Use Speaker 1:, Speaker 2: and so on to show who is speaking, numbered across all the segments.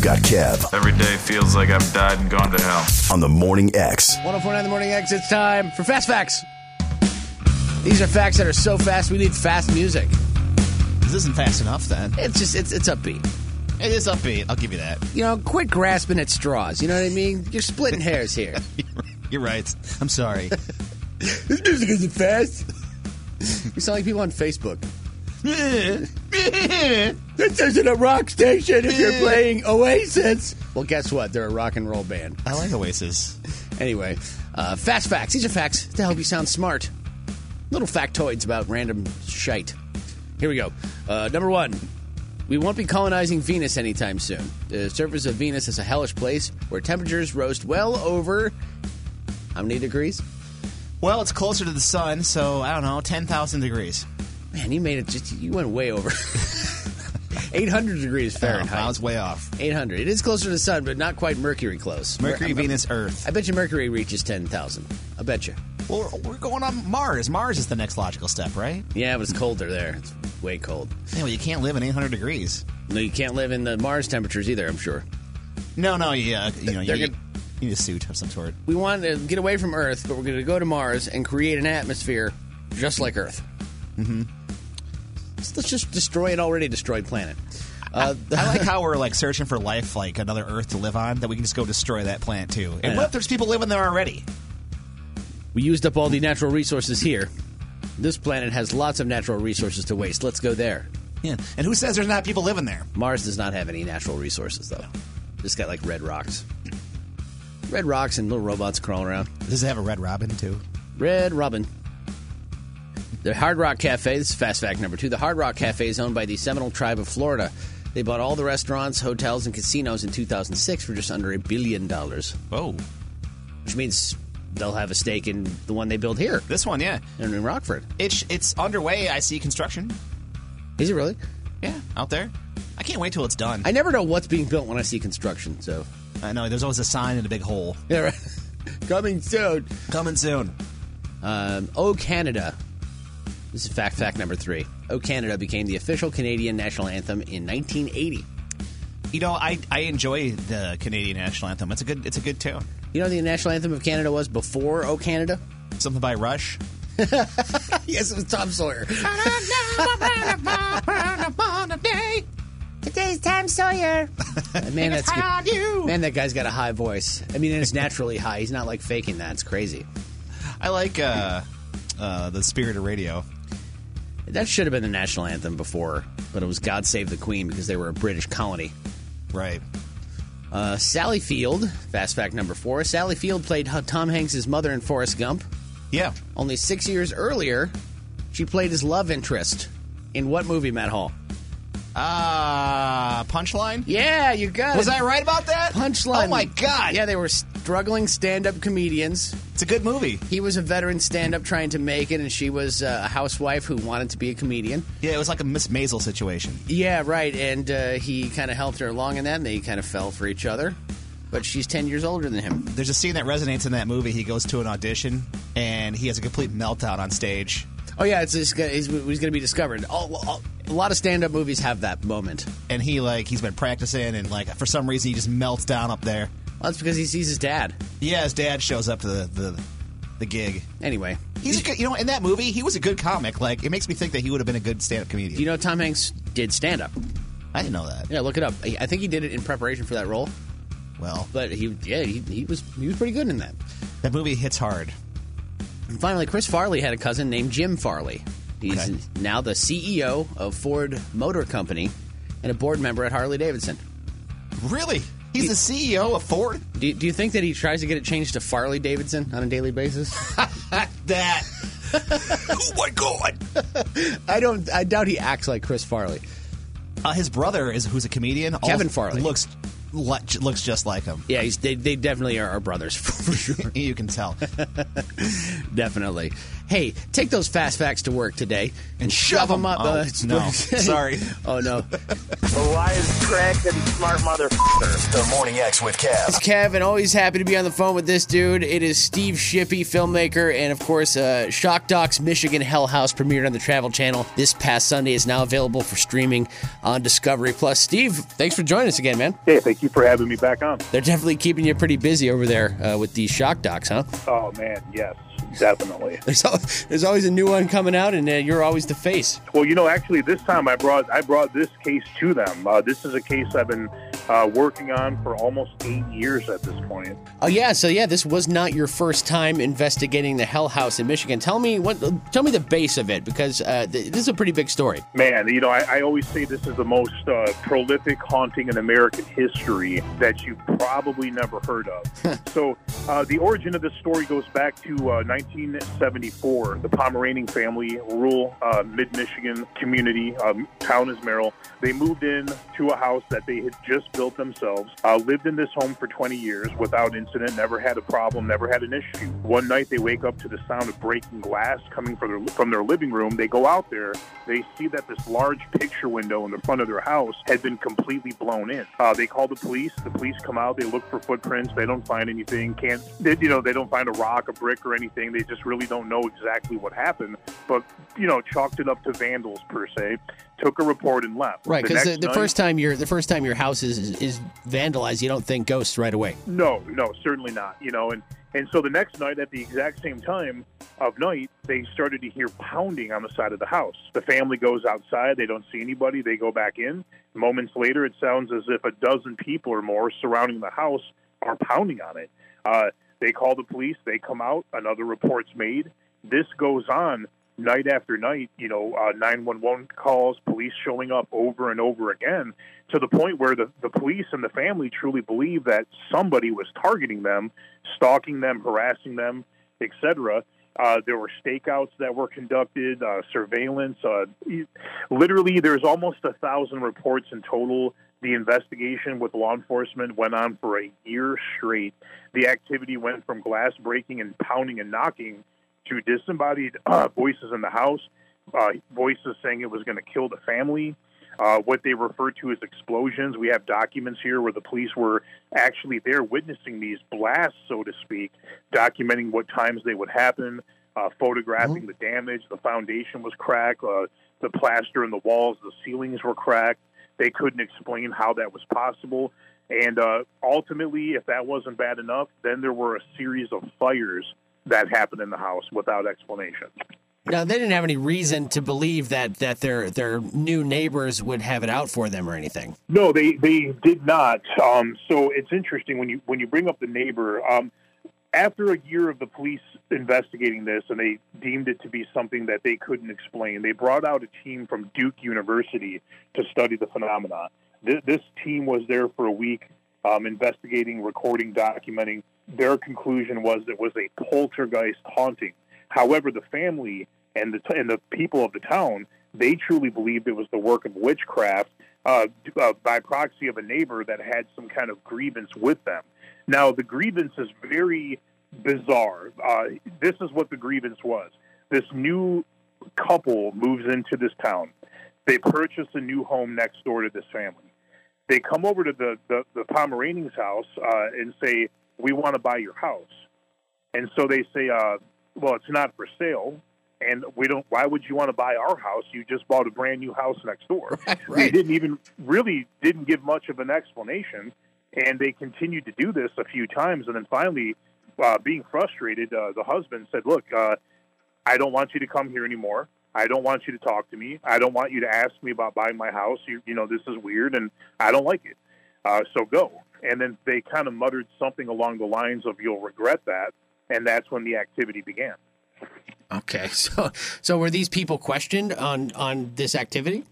Speaker 1: got Kev
Speaker 2: Every day feels like I've died and gone to hell.
Speaker 1: on the Morning X.
Speaker 3: 1049 The Morning X, it's time for Fast Facts. These are facts that are so fast, we need fast music.
Speaker 4: This isn't fast enough then.
Speaker 3: It's just, it's, it's upbeat.
Speaker 4: It is upbeat. I'll give you that.
Speaker 3: You know, quit grasping at straws. You know what I mean? You're splitting hairs here.
Speaker 4: You're right. I'm sorry.
Speaker 3: this music isn't fast. You sound like people on Facebook. This isn't a rock station if you're playing Oasis. Well, guess what? They're a rock and roll band.
Speaker 4: I like Oasis.
Speaker 3: Anyway, uh, fast facts. These are facts to help you sound smart. Little factoids about random shite. Here we go. Uh, number one. We won't be colonizing Venus anytime soon. The surface of Venus is a hellish place where temperatures roast well over how many degrees?
Speaker 4: Well, it's closer to the sun, so I don't know, 10,000 degrees.
Speaker 3: Man, you made it just you went way over. 800 degrees
Speaker 4: Oh, I
Speaker 3: Fahrenheit.
Speaker 4: was way off.
Speaker 3: 800. It is closer to the sun, but not quite Mercury close.
Speaker 4: Mercury,
Speaker 3: Mer-
Speaker 4: Venus, Earth.
Speaker 3: I bet you Mercury reaches 10,000. I bet you.
Speaker 4: Well, we're going on Mars. Mars is the next logical step, right?
Speaker 3: Yeah, but it's colder there. It's way cold.
Speaker 4: Anyway, you can't live in 800 degrees.
Speaker 3: No, you can't live in the Mars temperatures either, I'm sure.
Speaker 4: No, no, yeah, you know, you,
Speaker 3: They're
Speaker 4: you
Speaker 3: gonna-
Speaker 4: need a suit of some sort.
Speaker 3: We want to get away from Earth, but we're going to go to Mars and create an atmosphere just like Earth. Mm-hmm. let's just destroy an already destroyed planet. Uh,
Speaker 4: I like how we're like searching for life, like another Earth to live on, that we can just go destroy that planet too. And what if there's people living there already?
Speaker 3: we used up all the natural resources here. This planet has lots of natural resources to waste. Let's go there.
Speaker 4: Yeah. And who says there's not people living there?
Speaker 3: Mars does not have any natural resources, though. Just got like red rocks. Red rocks and little robots crawling around.
Speaker 4: Does it have a Red Robin too?
Speaker 3: Red Robin. The Hard Rock Cafe, this is fast fact number two. The Hard Rock Cafe is owned by the Seminole Tribe of Florida. They bought all the restaurants, hotels, and casinos in 2006 for just under a billion dollars,
Speaker 4: Oh,
Speaker 3: which means they'll have a stake in the one they build here
Speaker 4: this one, yeah.
Speaker 3: in in Rockford.
Speaker 4: It's it's underway. I see construction.
Speaker 3: Is it really?
Speaker 4: Yeah, out there. I can't wait till it's done.
Speaker 3: I never know what's being built when I see construction, so.
Speaker 4: I know there's always a sign in a big hole.
Speaker 3: Yeah, right. Coming soon.
Speaker 4: Coming soon.
Speaker 3: Um, o Canada. This is fact fact number three. O Canada became the official Canadian national anthem in 1980.
Speaker 4: You know, I, I enjoy the Canadian national anthem. It's a good it's a good tune.
Speaker 3: You know what the national anthem of Canada was before O Canada?
Speaker 4: Something by Rush.
Speaker 3: yes, it was Tom Sawyer.
Speaker 5: Today's Tom Sawyer.
Speaker 3: Uh, Man, that's good.
Speaker 5: you.
Speaker 3: Man, that guy's got a high voice. I mean, and it's naturally high. He's not like faking that. It's crazy.
Speaker 4: I like uh, uh, the spirit of radio.
Speaker 3: That should have been the national anthem before, but it was God Save the Queen because they were a British colony.
Speaker 4: Right.
Speaker 3: Uh, Sally Field, fast fact number four. Sally Field played H- Tom Hanks' mother in Forrest Gump.
Speaker 4: Yeah.
Speaker 3: Only six years earlier, she played his love interest in what movie, Matt Hall?
Speaker 4: Uh punchline?
Speaker 3: Yeah, you got
Speaker 4: Was
Speaker 3: it.
Speaker 4: I right about that?
Speaker 3: Punchline.
Speaker 4: Oh my god.
Speaker 3: Yeah, they were struggling stand-up comedians.
Speaker 4: It's a good movie.
Speaker 3: He was a veteran stand-up trying to make it, and she was uh, a housewife who wanted to be a comedian.
Speaker 4: Yeah, it was like a Miss Maisel situation.
Speaker 3: Yeah, right. And uh, he kind of helped her along in that, and they kind of fell for each other. But she's ten years older than him.
Speaker 4: There's a scene that resonates in that movie. He goes to an audition and he has a complete meltdown on stage.
Speaker 3: Oh yeah, it's, it's, gonna- he's, he's going to be discovered. All, all, a lot of stand-up movies have that moment.
Speaker 4: And he like he's been practicing and like for some reason he just melts down up there.
Speaker 3: Well, that's because he sees his dad.
Speaker 4: Yeah, his dad shows up to the the, the gig.
Speaker 3: Anyway,
Speaker 4: He's a good, you know, in that movie, he was a good comic. Like, it makes me think that he would have been a good stand-up comedian.
Speaker 3: you know Tom Hanks did stand-up.
Speaker 4: I didn't know that.
Speaker 3: Yeah, look it up. I I think he did it in preparation for that role.
Speaker 4: Well,
Speaker 3: But he, yeah, he, he was he was pretty good in that.
Speaker 4: that movie hits hard.
Speaker 3: And finally, Chris Farley had a cousin named Jim Farley. He's
Speaker 4: Okay.
Speaker 3: now the CEO of Ford Motor Company and a board member at Harley Davidson.
Speaker 4: Really? He's the CEO of Ford?
Speaker 3: Do, do you think that he tries to get it changed to Farley Davidson on a daily basis?
Speaker 4: That. oh, my God.
Speaker 3: I don't. I doubt he acts like Chris Farley.
Speaker 4: Uh, his brother is who's a comedian. also
Speaker 3: Kevin Farley.
Speaker 4: Looks, lo- looks just like him.
Speaker 3: Yeah, he's, they they definitely are, are brothers for sure.
Speaker 4: You can tell.
Speaker 3: definitely. hey, take those fast facts to work today and shove them up. uh,
Speaker 4: Oh, no. Sorry.
Speaker 3: oh, no.
Speaker 1: Wise, crack, and smart motherfucker.
Speaker 6: The Morning X with Kev.
Speaker 3: Kevin, always happy to be on the phone with this dude. It is Steve Shippey, filmmaker, and of course, uh, Shock Doc's Michigan Hell House premiered on the Travel Channel this past Sunday. Is now available for streaming on Discovery Plus. Steve, thanks for joining us again, man.
Speaker 7: Hey, thank you for having me back on.
Speaker 3: They're definitely keeping you pretty busy over there uh, with these Shock Docs, huh?
Speaker 7: Oh man, yes, definitely.
Speaker 3: There's al- there's always a new one coming out, and uh, you're always the face.
Speaker 7: Well, you know, actually, this time I brought I brought this case to them. Uh, this is a case I've been uh, working on for almost eight years at this point.
Speaker 3: Oh yeah, so yeah, this was not your first time investigating the Hell House in Michigan. Tell me what, tell me the base of it because uh, th- this is a pretty big story.
Speaker 7: Man, you know, I, I always say this is the most uh, prolific haunting in American history that you've probably never heard of. so, uh, the origin of this story goes back to uh, 1974. The Pomeranian family, rural uh, mid Michigan community, um, town is Merrill. They moved in to a house that they had just built themselves, uh, lived in this home for 20 years without incident, never had a problem, never had an issue. One night they wake up to the sound of breaking glass coming from their, from their living room. They go out there. They see that this large picture window in the front of their house had been completely blown in. Uh, they call the police. The police come out. They look for footprints. They don't find anything. Can't they, you know? They don't find a rock, a brick, or anything. They just really don't know exactly what happened. But you know, chalked it up to vandals per se. Took a report and left.
Speaker 3: Right, because the,
Speaker 7: next
Speaker 3: the,
Speaker 7: night-
Speaker 3: first time your the first time your house is, is, is vandalized, you don't think ghosts right away.
Speaker 7: No, no, certainly not. You know, and and so the next night at the exact same time of night, they started to hear pounding on the side of the house. The family goes outside, they don't see anybody, they go back in. Moments later, it sounds as if a dozen people or more surrounding the house are pounding on it. Uh, they call the police, they come out, another report's made. This goes on night after night, you know, uh, 911 calls, police showing up over and over again to the point where the, the police and the family truly believe that somebody was targeting them, stalking them, harassing them, etc. Uh, there were stakeouts that were conducted, uh, surveillance. Uh, e- literally, there's almost a thousand reports in total. The investigation with law enforcement went on for a year straight. The activity went from glass breaking and pounding and knocking to disembodied uh, voices in the house, uh, voices saying it was going to kill the family. Uh, what they refer to as explosions. We have documents here where the police were actually there witnessing these blasts, so to speak, documenting what times they would happen, uh, photographing the damage. The foundation was cracked, uh, the plaster in the walls, the ceilings were cracked. They couldn't explain how that was possible. And uh, ultimately, if that wasn't bad enough, then there were a series of fires that happened in the house without explanation.
Speaker 3: Now they didn't have any reason to believe that that their their new neighbors would have it out for them or anything.
Speaker 7: No, they they did not. Um, so it's interesting when you when you bring up the neighbor. Um, after a year of the police investigating this, and they deemed it to be something that they couldn't explain, they brought out a team from Duke University to study the phenomena. Th- this team was there for a week, um, investigating, recording, documenting. Their conclusion was it was a poltergeist haunting. However, the family and the and the people of the town they truly believed it was the work of witchcraft uh, d- uh, by proxy of a neighbor that had some kind of grievance with them. Now, the grievance is very bizarre. Uh, this is what the grievance was. This new couple moves into this town. They purchase a new home next door to this family they come over to the the, the Pomeranian's house uh, and say, "We want to buy your house," and so they say, uh, "Well, it's not for sale." And we don't. Why would you want to buy our house? You just bought a brand new house next door. They
Speaker 3: right.
Speaker 7: didn't even really didn't give much of an explanation, and they continued to do this a few times, and then finally, uh, being frustrated, uh, the husband said, "Look, uh, I don't want you to come here anymore. I don't want you to talk to me. I don't want you to ask me about buying my house. You, you know, this is weird and I don't like it. Uh, so go. And then they kind of muttered something along the lines of, you'll regret that. And that's when the activity began.
Speaker 3: Okay, so so were these people questioned on on this activity?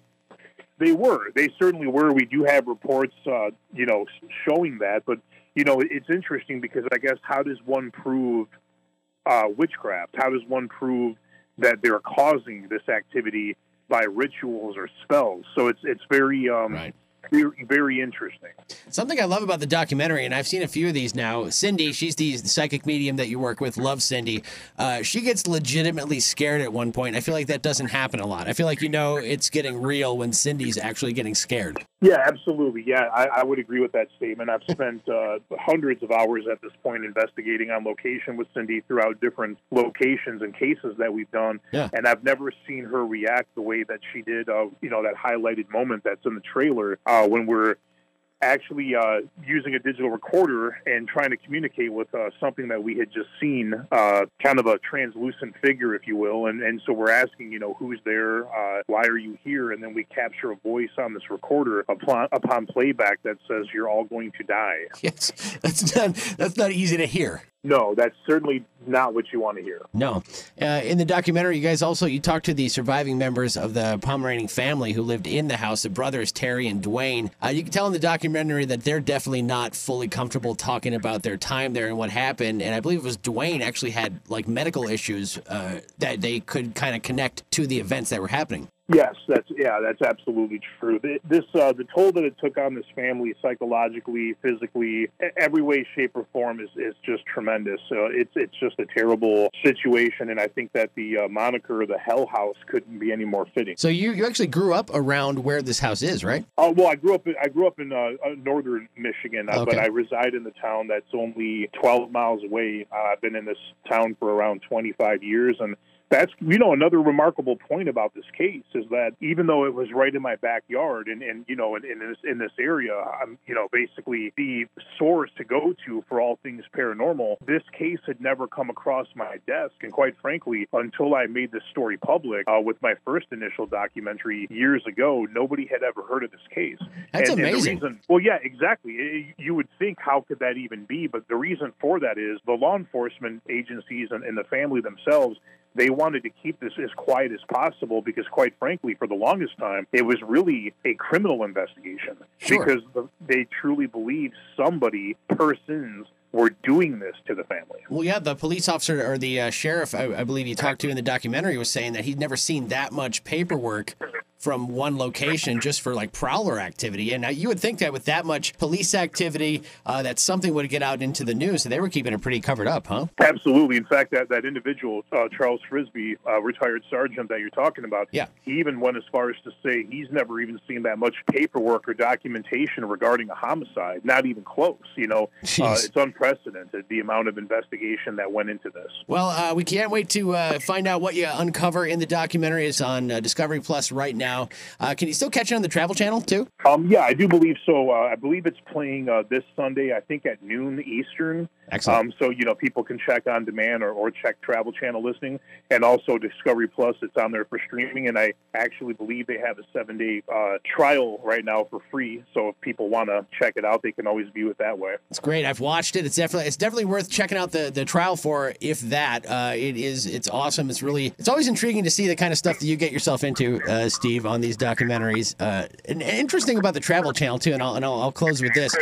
Speaker 7: They were. They certainly were. We do have reports, uh, you know, showing that. But, you know, it's interesting because I guess how does one prove uh, witchcraft? How does one prove that they're causing this activity by rituals or spells? So it's it's very um,
Speaker 3: Right.
Speaker 7: very, very interesting.
Speaker 3: Something I love about the documentary, and I've seen a few of these now. Cindy, she's the psychic medium that you work with. Love Cindy. Uh, she gets legitimately scared at one point. I feel like that doesn't happen a lot. I feel like you know it's getting real when Cindy's actually getting scared.
Speaker 7: Yeah, absolutely. Yeah, I, I would agree with that statement. I've spent uh, hundreds of hours at this point investigating on location with Cindy throughout different locations and cases that we've done,
Speaker 3: Yeah.
Speaker 7: and I've never seen her react the way that she did. Of you know that highlighted moment that's in the trailer uh, when we're actually uh, using a digital recorder and trying to communicate with uh, something that we had just seen, uh, kind of a translucent figure, if you will. And, and so we're asking, you know, who's there? Uh, why are you here? And then we capture a voice on this recorder upon, upon playback that says, you're all going to die.
Speaker 3: Yes, that's not that's not easy to hear.
Speaker 7: No, that's certainly not what you want to hear.
Speaker 3: No. Uh, in the documentary, you guys also you talked to the surviving members of the Pomeranian family who lived in the house, the brothers Terry and Dwayne. Uh, you can tell in the documentary that they're definitely not fully comfortable talking about their time there and what happened. And I believe it was Dwayne actually had like medical issues uh, that they could kind of connect to the events that were happening.
Speaker 7: Yes, that's yeah, that's absolutely true. Th- This uh, the toll that it took on this family psychologically, physically, e- every way, shape, or form is, is just tremendous. So it's it's just a terrible situation, and I think that the uh, moniker the Hell House couldn't be any more fitting.
Speaker 3: So you you actually grew up around where this house is, right?
Speaker 7: Uh, well, I grew up in, I grew up in uh, uh, northern Michigan, uh,
Speaker 3: Okay.
Speaker 7: but I reside in the town that's only 12 miles away. Uh, I've been in this town for around 25 years, and that's you know another remarkable point about this case is that even though it was right in my backyard and, and you know in, in this in this area I'm you know basically the source to go to for all things paranormal this case had never come across my desk and quite frankly until I made this story public uh, with my first initial documentary years ago nobody had ever heard of this case
Speaker 3: That's
Speaker 7: and,
Speaker 3: amazing.
Speaker 7: And the reason, well, yeah, exactly. I- you would think how could that even be, but the reason for that is the law enforcement agencies and, and the family themselves. They wanted to keep this as quiet as possible because, quite frankly, for the longest time, it was really a criminal investigation
Speaker 3: Sure.
Speaker 7: because the, they truly believed somebody, persons, were doing this to the family.
Speaker 3: Well, yeah, the police officer or the uh, sheriff, I, I believe you talked to in the documentary, was saying that he'd never seen that much paperwork from one location just for like prowler activity. And uh, you would think that with that much police activity, uh, that something would get out into the news. So they were keeping it pretty covered up, huh?
Speaker 7: Absolutely. In fact, that, that individual, uh, Charles Frisbee, uh, retired sergeant that you're talking about,
Speaker 3: Yeah.
Speaker 7: he even went as far as to say he's never even seen that much paperwork or documentation regarding a homicide, not even close. You know, uh,
Speaker 3: Jeez.
Speaker 7: it's unprecedented the amount of investigation that went into this.
Speaker 3: Well, uh, we can't wait to uh, find out what you uncover in the documentary. It's on uh, Discovery Plus right now. Uh, can you still catch it on the Travel Channel too?
Speaker 7: Um, yeah, I do believe so. Uh, I believe it's playing uh, this Sunday, I think at noon Eastern.
Speaker 3: Excellent.
Speaker 7: Um, so, you know, people can check on demand or, or check Travel Channel listening. And also Discovery Plus, it's on there for streaming. And I actually believe they have a seven day uh, trial right now for free. So if people want to check it out, they can always view it that way.
Speaker 3: It's great. I've watched it. It's definitely it's definitely worth checking out the the trial for if that. Uh, it is. It's awesome. It's really. It's always intriguing to see the kind of stuff that you get yourself into, uh, Steve, on these documentaries. Uh, and, and interesting about the Travel Channel too. And I'll and I'll, I'll close with this.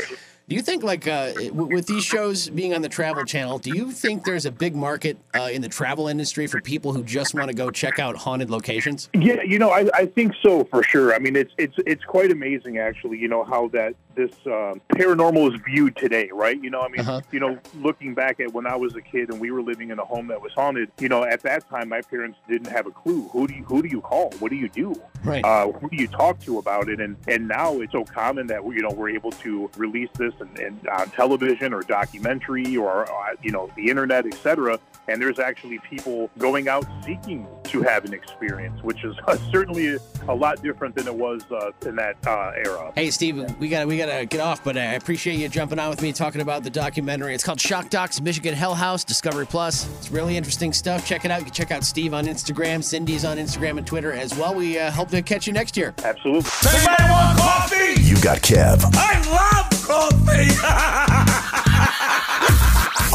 Speaker 3: Do you think like uh, w- with these shows being on the Travel Channel, do you think there's a big market uh, in the travel industry for people who just want to go check out haunted locations?
Speaker 7: Yeah, you know, I, I think so for sure. I mean, it's it's it's quite amazing, actually. You know how that this um, paranormal is viewed today, right? You know, I mean,
Speaker 3: Uh-huh.
Speaker 7: you know, looking back at when I was a kid and we were living in a home that was haunted. You know, at that time, my parents didn't have a clue. Who do you who do you call? What do you do?
Speaker 3: Right.
Speaker 7: Uh, who do you talk to about it? And and now it's so common that we, you know we're able to release this and, and on television or documentary or uh, you know the internet, etc. And there's actually people going out seeking to have an experience, which is certainly a lot different than it was uh, in that uh, era.
Speaker 3: Hey Steve, we got to we got to get off, but uh, I appreciate you jumping on with me talking about the documentary. It's called Shock Docs Michigan Hell House Discovery Plus. It's really interesting stuff. Check it out. You can check out Steve on Instagram, Cindy's on Instagram and Twitter as well. We uh, hope to catch you next year.
Speaker 7: Absolutely.
Speaker 8: Anybody want coffee?
Speaker 1: You got Kev
Speaker 8: I love coffee.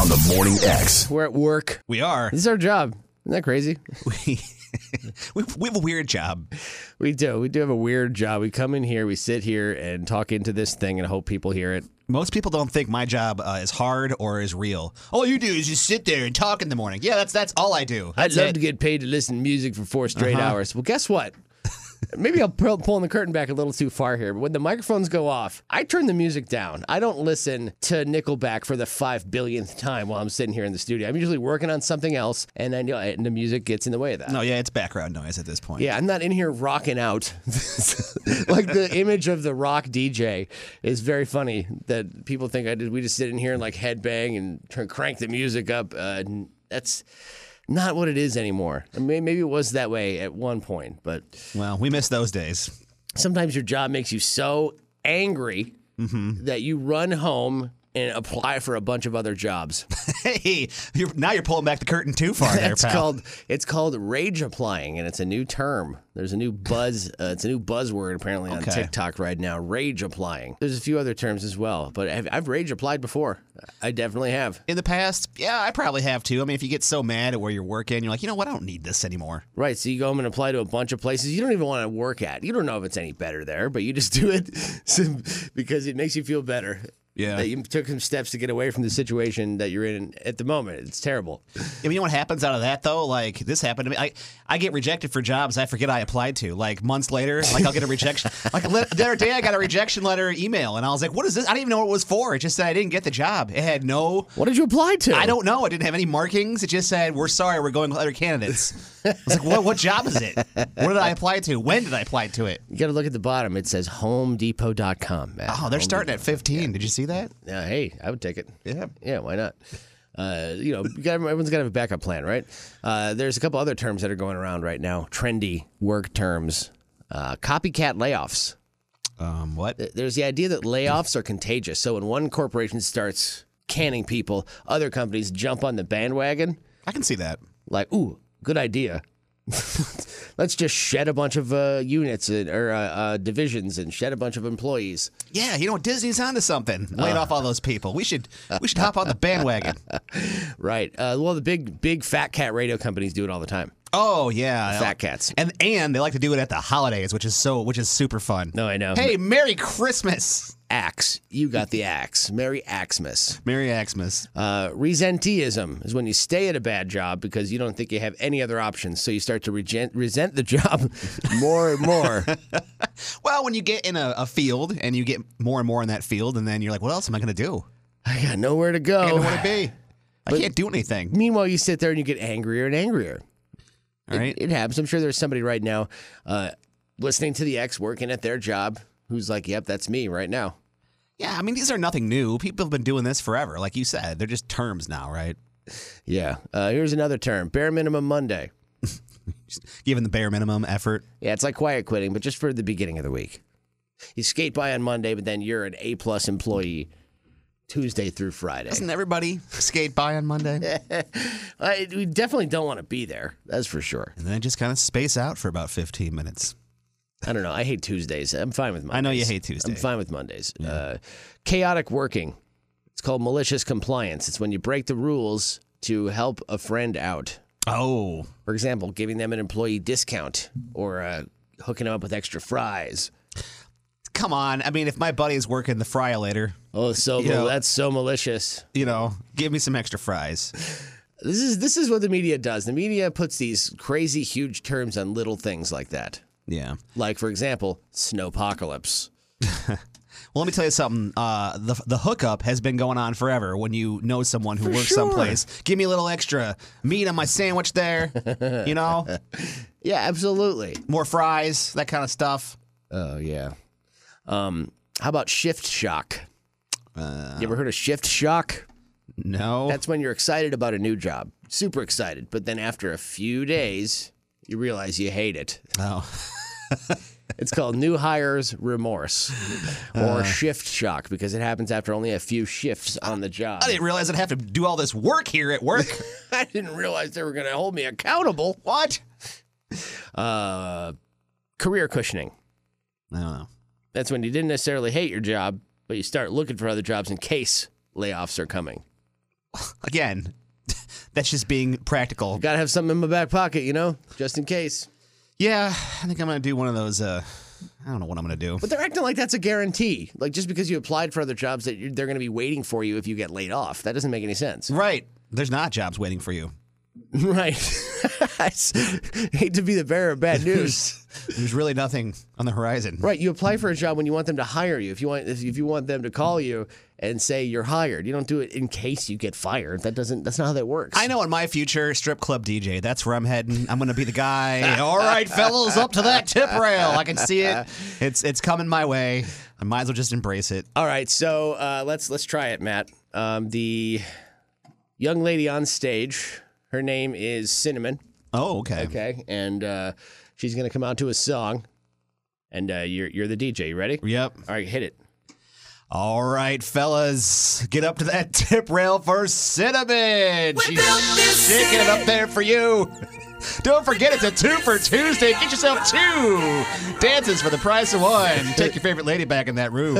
Speaker 1: on the Morning X.
Speaker 9: We're at work.
Speaker 4: We are.
Speaker 9: This is our job. Isn't that crazy?
Speaker 4: we, we we have a weird job.
Speaker 9: We do. We do have a weird job. We come in here, we sit here and talk into this thing and hope people hear it.
Speaker 4: Most people don't think my job uh, is hard or is real. All you do is just sit there and talk in the morning. Yeah, that's that's all I do.
Speaker 9: I'd
Speaker 4: That's
Speaker 9: love
Speaker 4: it. Uh-huh.
Speaker 9: to get paid to listen to music for four straight hours. Well, guess what?
Speaker 3: maybe I'm pull- pulling the curtain back a little too far here, but when the microphones go off, I turn the music down. I don't listen to Nickelback for the five billionth time while I'm sitting here in the studio. I'm usually working on something else, and I know and the music gets in the way of that.
Speaker 4: No, yeah, it's background noise at this point.
Speaker 3: Yeah, I'm not in here rocking out. like the image of the rock DJ is very funny that people think I did. We just sit in here and like headbang and turn, crank the music up. Uh, n- that's not what it is anymore. I mean, maybe it was that way at one point, but
Speaker 4: Well, we miss those days.
Speaker 3: sometimes your job makes you so angry that you run home and apply for a bunch of other jobs.
Speaker 4: Hey, you're, now you're pulling back the curtain too far there,
Speaker 3: It's
Speaker 4: pal.
Speaker 3: called it's called rage applying, and it's a new term. There's a new buzz. Uh, it's a new buzzword apparently on
Speaker 4: Okay.
Speaker 3: TikTok right now. Rage applying. There's a few other terms as well, but I've, I've rage applied before. I definitely have.
Speaker 4: in the past, yeah, I probably have too. I mean, if you get so mad at where you're working, you're like, you know what, I don't need this anymore.
Speaker 3: Right. So you go home and apply to a bunch of places you don't even want to work at. You don't know if it's any better there, but you just do it so- because it makes you feel better.
Speaker 4: Yeah.
Speaker 3: That you took some steps to get away from the situation that you're in at the moment. It's terrible.
Speaker 4: I mean, you know what happens out of that though? Like this happened to me. I, I get rejected for jobs I forget I applied to. Like months later, like I'll get a rejection. like le- the other day, I got a rejection letter email, and I was like, what is this? I didn't even know what it was for. It just said I didn't get the job. It had no.
Speaker 3: What did you apply to?
Speaker 4: I don't know. It didn't have any markings. It just said, "We're sorry, we're going with other candidates." I was like, "What? What job is it? What did I apply to? When did I apply to it?"
Speaker 3: You got to look at the bottom. It says HomeDepot.com. Matt.
Speaker 4: Oh, they're starting at 15. Did you see that?
Speaker 3: Yeah, hey, I would take it.
Speaker 4: Yeah.
Speaker 3: Yeah, why not? Uh, you know, you got, everyone's got to have a backup plan, right? Uh, there's a couple other terms that are going around right now, trendy work terms. Uh, copycat layoffs.
Speaker 4: Um, what?
Speaker 3: There's the idea that layoffs are contagious. So when one corporation starts canning people, other companies jump on the bandwagon.
Speaker 4: I can see that.
Speaker 3: Like, ooh, good idea. Let's just shed a bunch of uh, units and, or uh, uh, divisions and shed a bunch of employees.
Speaker 4: Yeah, you know Disney's onto something. Laid off all those people. We should we should hop on the bandwagon.
Speaker 3: Right. Uh, well, the big, big fat cat radio companies do it all the time.
Speaker 4: Oh yeah,
Speaker 3: Fat cats.
Speaker 4: and and they like to do it at the holidays, which is so which is super fun.
Speaker 3: No, I know.
Speaker 4: Hey, Merry Christmas,
Speaker 3: axe. You got the axe. Merry Axmas.
Speaker 4: Merry Xmas.
Speaker 3: Uh, resenteeism is when you stay at a bad job because you don't think you have any other options, so you start to regent, resent the job more and more.
Speaker 4: Well, when you get in a, a field and you get more and more in that field, and then you're like, what else am I going to do?
Speaker 3: I got nowhere to
Speaker 4: I don't
Speaker 3: go.
Speaker 4: know what it be. I can't do anything.
Speaker 3: Meanwhile, you sit there and you get angrier and angrier.
Speaker 4: All right.
Speaker 3: It happens. I'm sure there's somebody right now uh, listening to the ex working at their job who's like, "Yep, that's me right now."
Speaker 4: Yeah, I mean these are nothing new. People have been doing this forever, like you said. They're just terms now, right?
Speaker 3: Yeah. Uh, here's another term: bare minimum Monday.
Speaker 4: Given the bare minimum effort.
Speaker 3: Yeah, it's like quiet quitting, but just for the beginning of the week. You skate by on Monday, but then you're an A plus employee Tuesday through Friday.
Speaker 4: Doesn't everybody skate by on Monday?
Speaker 3: I, we definitely don't want to be there. That's for sure.
Speaker 4: And then just kind of space out for about 15 minutes.
Speaker 3: I don't know. I hate Tuesdays. I'm fine with Mondays.
Speaker 4: I know you hate
Speaker 3: I'm
Speaker 4: Tuesday.
Speaker 3: fine with Mondays. Uh, chaotic working. It's called malicious compliance. It's when you break the rules to help a friend out.
Speaker 4: Oh,
Speaker 3: For example, giving them an employee discount or uh, hooking them up with extra fries.
Speaker 4: come on. I mean, if my buddy is working the fry later,
Speaker 3: Oh, so
Speaker 4: Yeah.
Speaker 3: that's so malicious.
Speaker 4: you know, give me some extra fries.
Speaker 3: This is this is what the media does. The media puts these crazy huge terms on little things like that.
Speaker 4: Yeah.
Speaker 3: Like for example, snowpocalypse.
Speaker 4: Well, let me tell you something. Uh, the the hookup has been going on forever. When you know someone who works someplace, give me a little extra meat on my sandwich there. you know,
Speaker 3: Yeah, absolutely.
Speaker 4: more fries, that kind of stuff.
Speaker 3: Oh yeah. Um, how about shift shock? you ever heard of shift shock?
Speaker 4: No.
Speaker 3: That's when you're excited about a new job, super excited, but then after a few days, you realize you hate it.
Speaker 4: oh.
Speaker 3: It's called new hires remorse or shift shock because it happens after only a few shifts on the job.
Speaker 4: I didn't realize I'd have to do all this work here at work.
Speaker 3: I didn't realize they were going to hold me accountable.
Speaker 4: what?
Speaker 3: Uh, career cushioning.
Speaker 4: I don't know.
Speaker 3: That's when you didn't necessarily hate your job, but you start looking for other jobs in case layoffs are coming.
Speaker 4: Again, that's just being practical.
Speaker 3: Got to have something in my back pocket, you know, just in case.
Speaker 4: Yeah, I think I'm gonna do one of those. Uh, I don't know what I'm gonna do.
Speaker 3: But they're acting like that's a guarantee. Like just because you applied for other jobs, that you're, they're going to be waiting for you if you get laid off. That doesn't make any sense,
Speaker 4: Right. There's not jobs waiting for you.
Speaker 3: right? I s- hate to be the bearer of bad news.
Speaker 4: There's really nothing on the horizon.
Speaker 3: Right, you apply for a job when you want them to hire you. If you want, if, if you want them to call you and say you're hired, you don't do it in case you get fired. That doesn't. That's not how that works.
Speaker 4: I know in my future, strip club DJ. That's where I'm heading. I'm going to be the guy. All right, fellas, up to that tip rail. I can see it. It's it's coming my way. I might as well just embrace it.
Speaker 3: All right, so uh, let's let's try it, Matt. Um, the young lady on stage, her name is Cinnamon.
Speaker 4: Oh, okay.
Speaker 3: Okay, and uh, she's gonna come out to a song, and uh, you're you're the DJ. You ready?
Speaker 4: Yep.
Speaker 3: All right, hit it.
Speaker 4: All right, fellas, get up to that tip rail for cinnamon. She's shaking it up there for you. Don't forget it's a two for Tuesday. Get yourself two dances for the price of one. Take your favorite lady back in that room.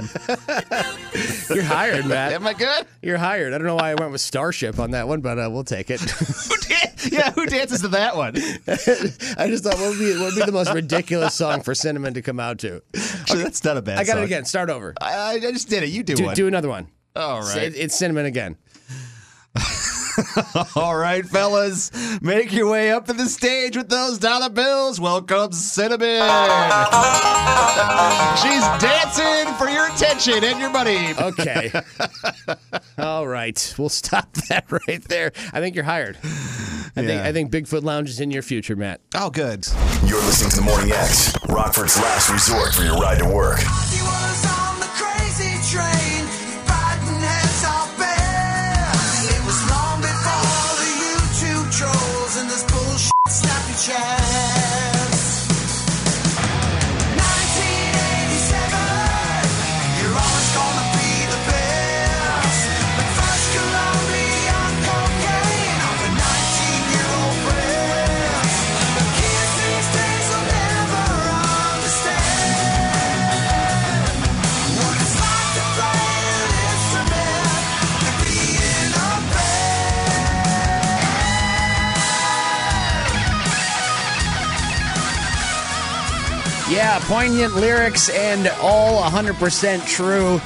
Speaker 3: You're hired, Matt.
Speaker 4: Am I good?
Speaker 3: You're hired. I don't know why I went with Starship on that one, but uh, we'll take it.
Speaker 4: Who dan- yeah, who dances to that one?
Speaker 3: I just thought what would be what would be the most ridiculous song for Cinnamon to come out to.
Speaker 4: Actually, that's not a bad.
Speaker 3: I got it
Speaker 4: song.
Speaker 3: again. Start over.
Speaker 4: I, I just did it. You do,
Speaker 3: Do,
Speaker 4: one.
Speaker 3: do another one.
Speaker 4: All
Speaker 3: Say
Speaker 4: right.
Speaker 3: it- it's Cinnamon again.
Speaker 4: All right, fellas, make your way up to the stage with those dollar bills. Welcome, Cinnamon. She's dancing for your attention and your money.
Speaker 3: Okay. All right. We'll stop that right there. I think you're hired. I think
Speaker 4: Yeah.
Speaker 3: I think Bigfoot Lounge is in your future, Matt.
Speaker 4: Oh, good.
Speaker 1: You're listening to the Morning X, Rockford's last resort for your ride to work.
Speaker 10: He was on the crazy train, biting heads off bare. It was long before the YouTube trolls and this bullshit snappy chats. 1987, you're always gonna be the best. But first Colombia cocaine off a 19-year-old breast. But kids these days will never understand. What it's like to play an instrument, to be in a band.
Speaker 3: Yeah, poignant lyrics and all 100% true.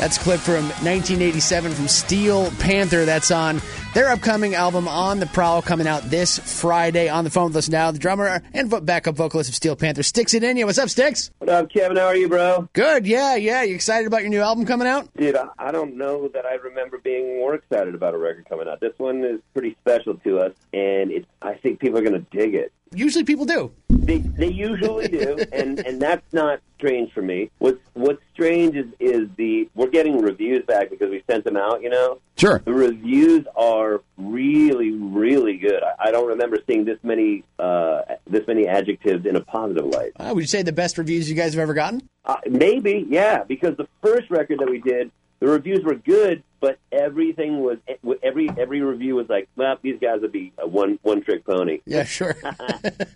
Speaker 3: That's a clip from 1987 from Steel Panther. That's on their upcoming album On the Prowl coming out this Friday. On the phone with us now, the drummer and vo- backup vocalist of Steel Panther, Sticks It In You. What's up, Sticks?
Speaker 11: What up, Kevin? How are you, bro?
Speaker 3: Good. Yeah, yeah. You excited about your new album coming out?
Speaker 11: Dude, I, I don't know that I remember being more excited about a record coming out. This one is pretty special to us, and it's, I think people are going to dig it.
Speaker 3: Usually people do.
Speaker 11: They, they usually do, and, and that's not strange for me. What's what's strange is, is the we're getting reviews back because we sent them out, you know.
Speaker 3: Sure.
Speaker 11: The reviews are really, really good. I, I don't remember seeing this many uh, this many adjectives in a positive light.
Speaker 3: Uh, would you say the best reviews you guys have ever gotten?
Speaker 11: Uh, maybe, yeah, because the first record that we did, the reviews were good, but everything was every every review was like, well, these guys would be a one one trick pony. Ah,
Speaker 3: Yeah, sure.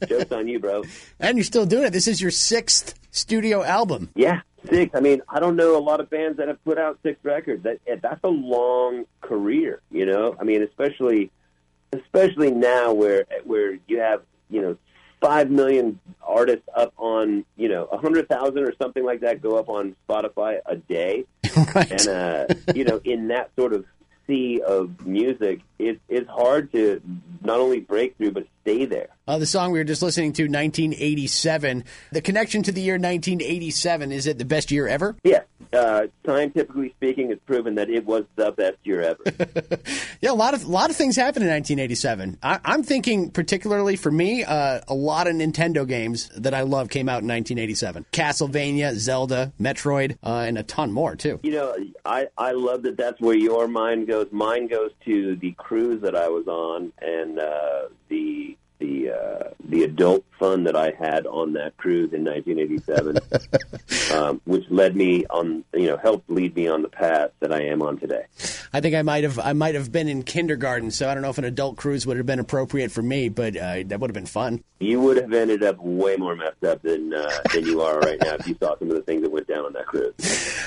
Speaker 11: Jokes on you, bro.
Speaker 3: and you're still doing it. This is your sixth studio album.
Speaker 11: Yeah, six. I mean, I don't know a lot of bands that have put out six records. That eh, that's a long career, you know. I mean, especially especially now where where you have you know five million artists up on you know a hundred thousand or something like that go up on Spotify a day.
Speaker 3: Right.
Speaker 11: and uh, you know, in that sort of sea of music, it, it's hard to not only break through but stay there.
Speaker 3: Uh, the song we were just listening to, 1987. The connection to the year 1987 is it the best year ever?
Speaker 11: Yeah, uh, scientifically speaking, it's proven that it was the best year ever.
Speaker 3: Yeah, a lot of lot of things happened in 1987. I, I'm thinking particularly for me, uh, a lot of Nintendo games that I love came out in 1987. Castlevania, Zelda, Metroid, uh, and a ton more too.
Speaker 11: you know, I I love that. That's where your mind goes. Mine goes to the cruise that I was on and uh, the. The uh, the adult fun that I had on that cruise in 1987, um, which led me on, you know, helped lead me on the path that I am on today.
Speaker 3: I think I might have I might have been in kindergarten, so I don't know if an adult cruise would have been appropriate for me, but uh, that would have been fun.
Speaker 11: You would have ended up way more messed up than uh, than you are right now if you saw some of the things that went down on that cruise.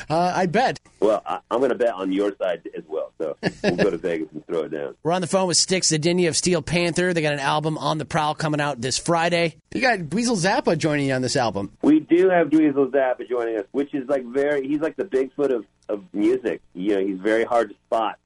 Speaker 3: Uh, I bet.
Speaker 11: Well, I, I'm going to bet on your side as well. So we'll go to Vegas and throw it down.
Speaker 3: We're on the phone with Styx Adinia of Steel Panther. They got an album on the prowl coming out this Friday. You got Weasel Zappa joining you on this album.
Speaker 11: We do have Dweezil Zappa joining us, which is like very. He's like the Bigfoot of of music. You know, he's very hard to spot,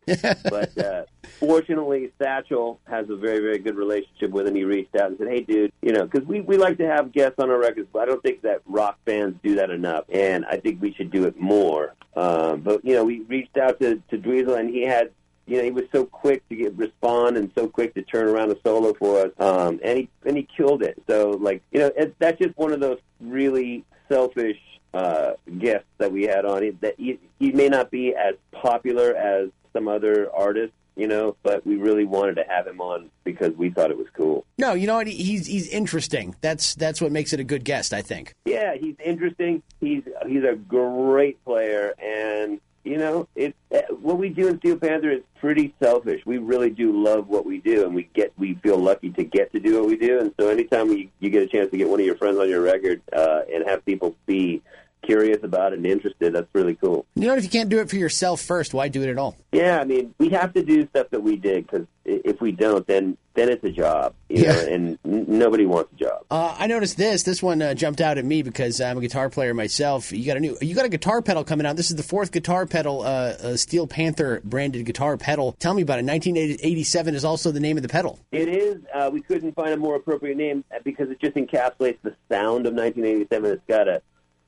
Speaker 11: but uh, fortunately, Satchel has a very, very good relationship with him. He reached out and said, "Hey, dude, you know, because we we like to have guests on our records, but I don't think that rock bands do that enough, and I think we should do it more." Um, but you know, we reached out to to Dweezil, and he had. You know, he was so quick to get respond and so quick to turn around a solo for us, um, and he and he killed it. So, like, you know, it, that's just one of those really selfish uh, guests that we had on. He, that he, he may not be as popular as some other artists, you know, but we really wanted to have him on because we thought it was cool.
Speaker 3: No, you know what? He's he's interesting. That's that's what makes it a good guest, I think.
Speaker 11: Yeah, he's interesting. He's he's a great player, and you know, it's what we do in Steel Panther is pretty selfish. We really do love what we do, and we get we feel lucky to get to do what we do. And so, anytime we, you get a chance to get one of your friends on your record uh, and have people be curious about it and interested, that's really cool.
Speaker 3: You know what? If you can't do it for yourself first, why do it at all?
Speaker 11: Yeah, I mean, we have to do stuff that we did because if we don't, then then it's a job, you
Speaker 3: Yeah.
Speaker 11: know, and n- nobody wants a job.
Speaker 3: Uh, I noticed this. This one uh, jumped out at me because I'm a guitar player myself. You got a new, you got a guitar pedal coming out. This is the fourth guitar pedal, uh, uh, Steel Panther branded guitar pedal. Tell me about it. 1987 is also the name of the pedal.
Speaker 11: It is. Uh, we couldn't find a more appropriate name uh, because it just encapsulates the sound of 1987. It's got a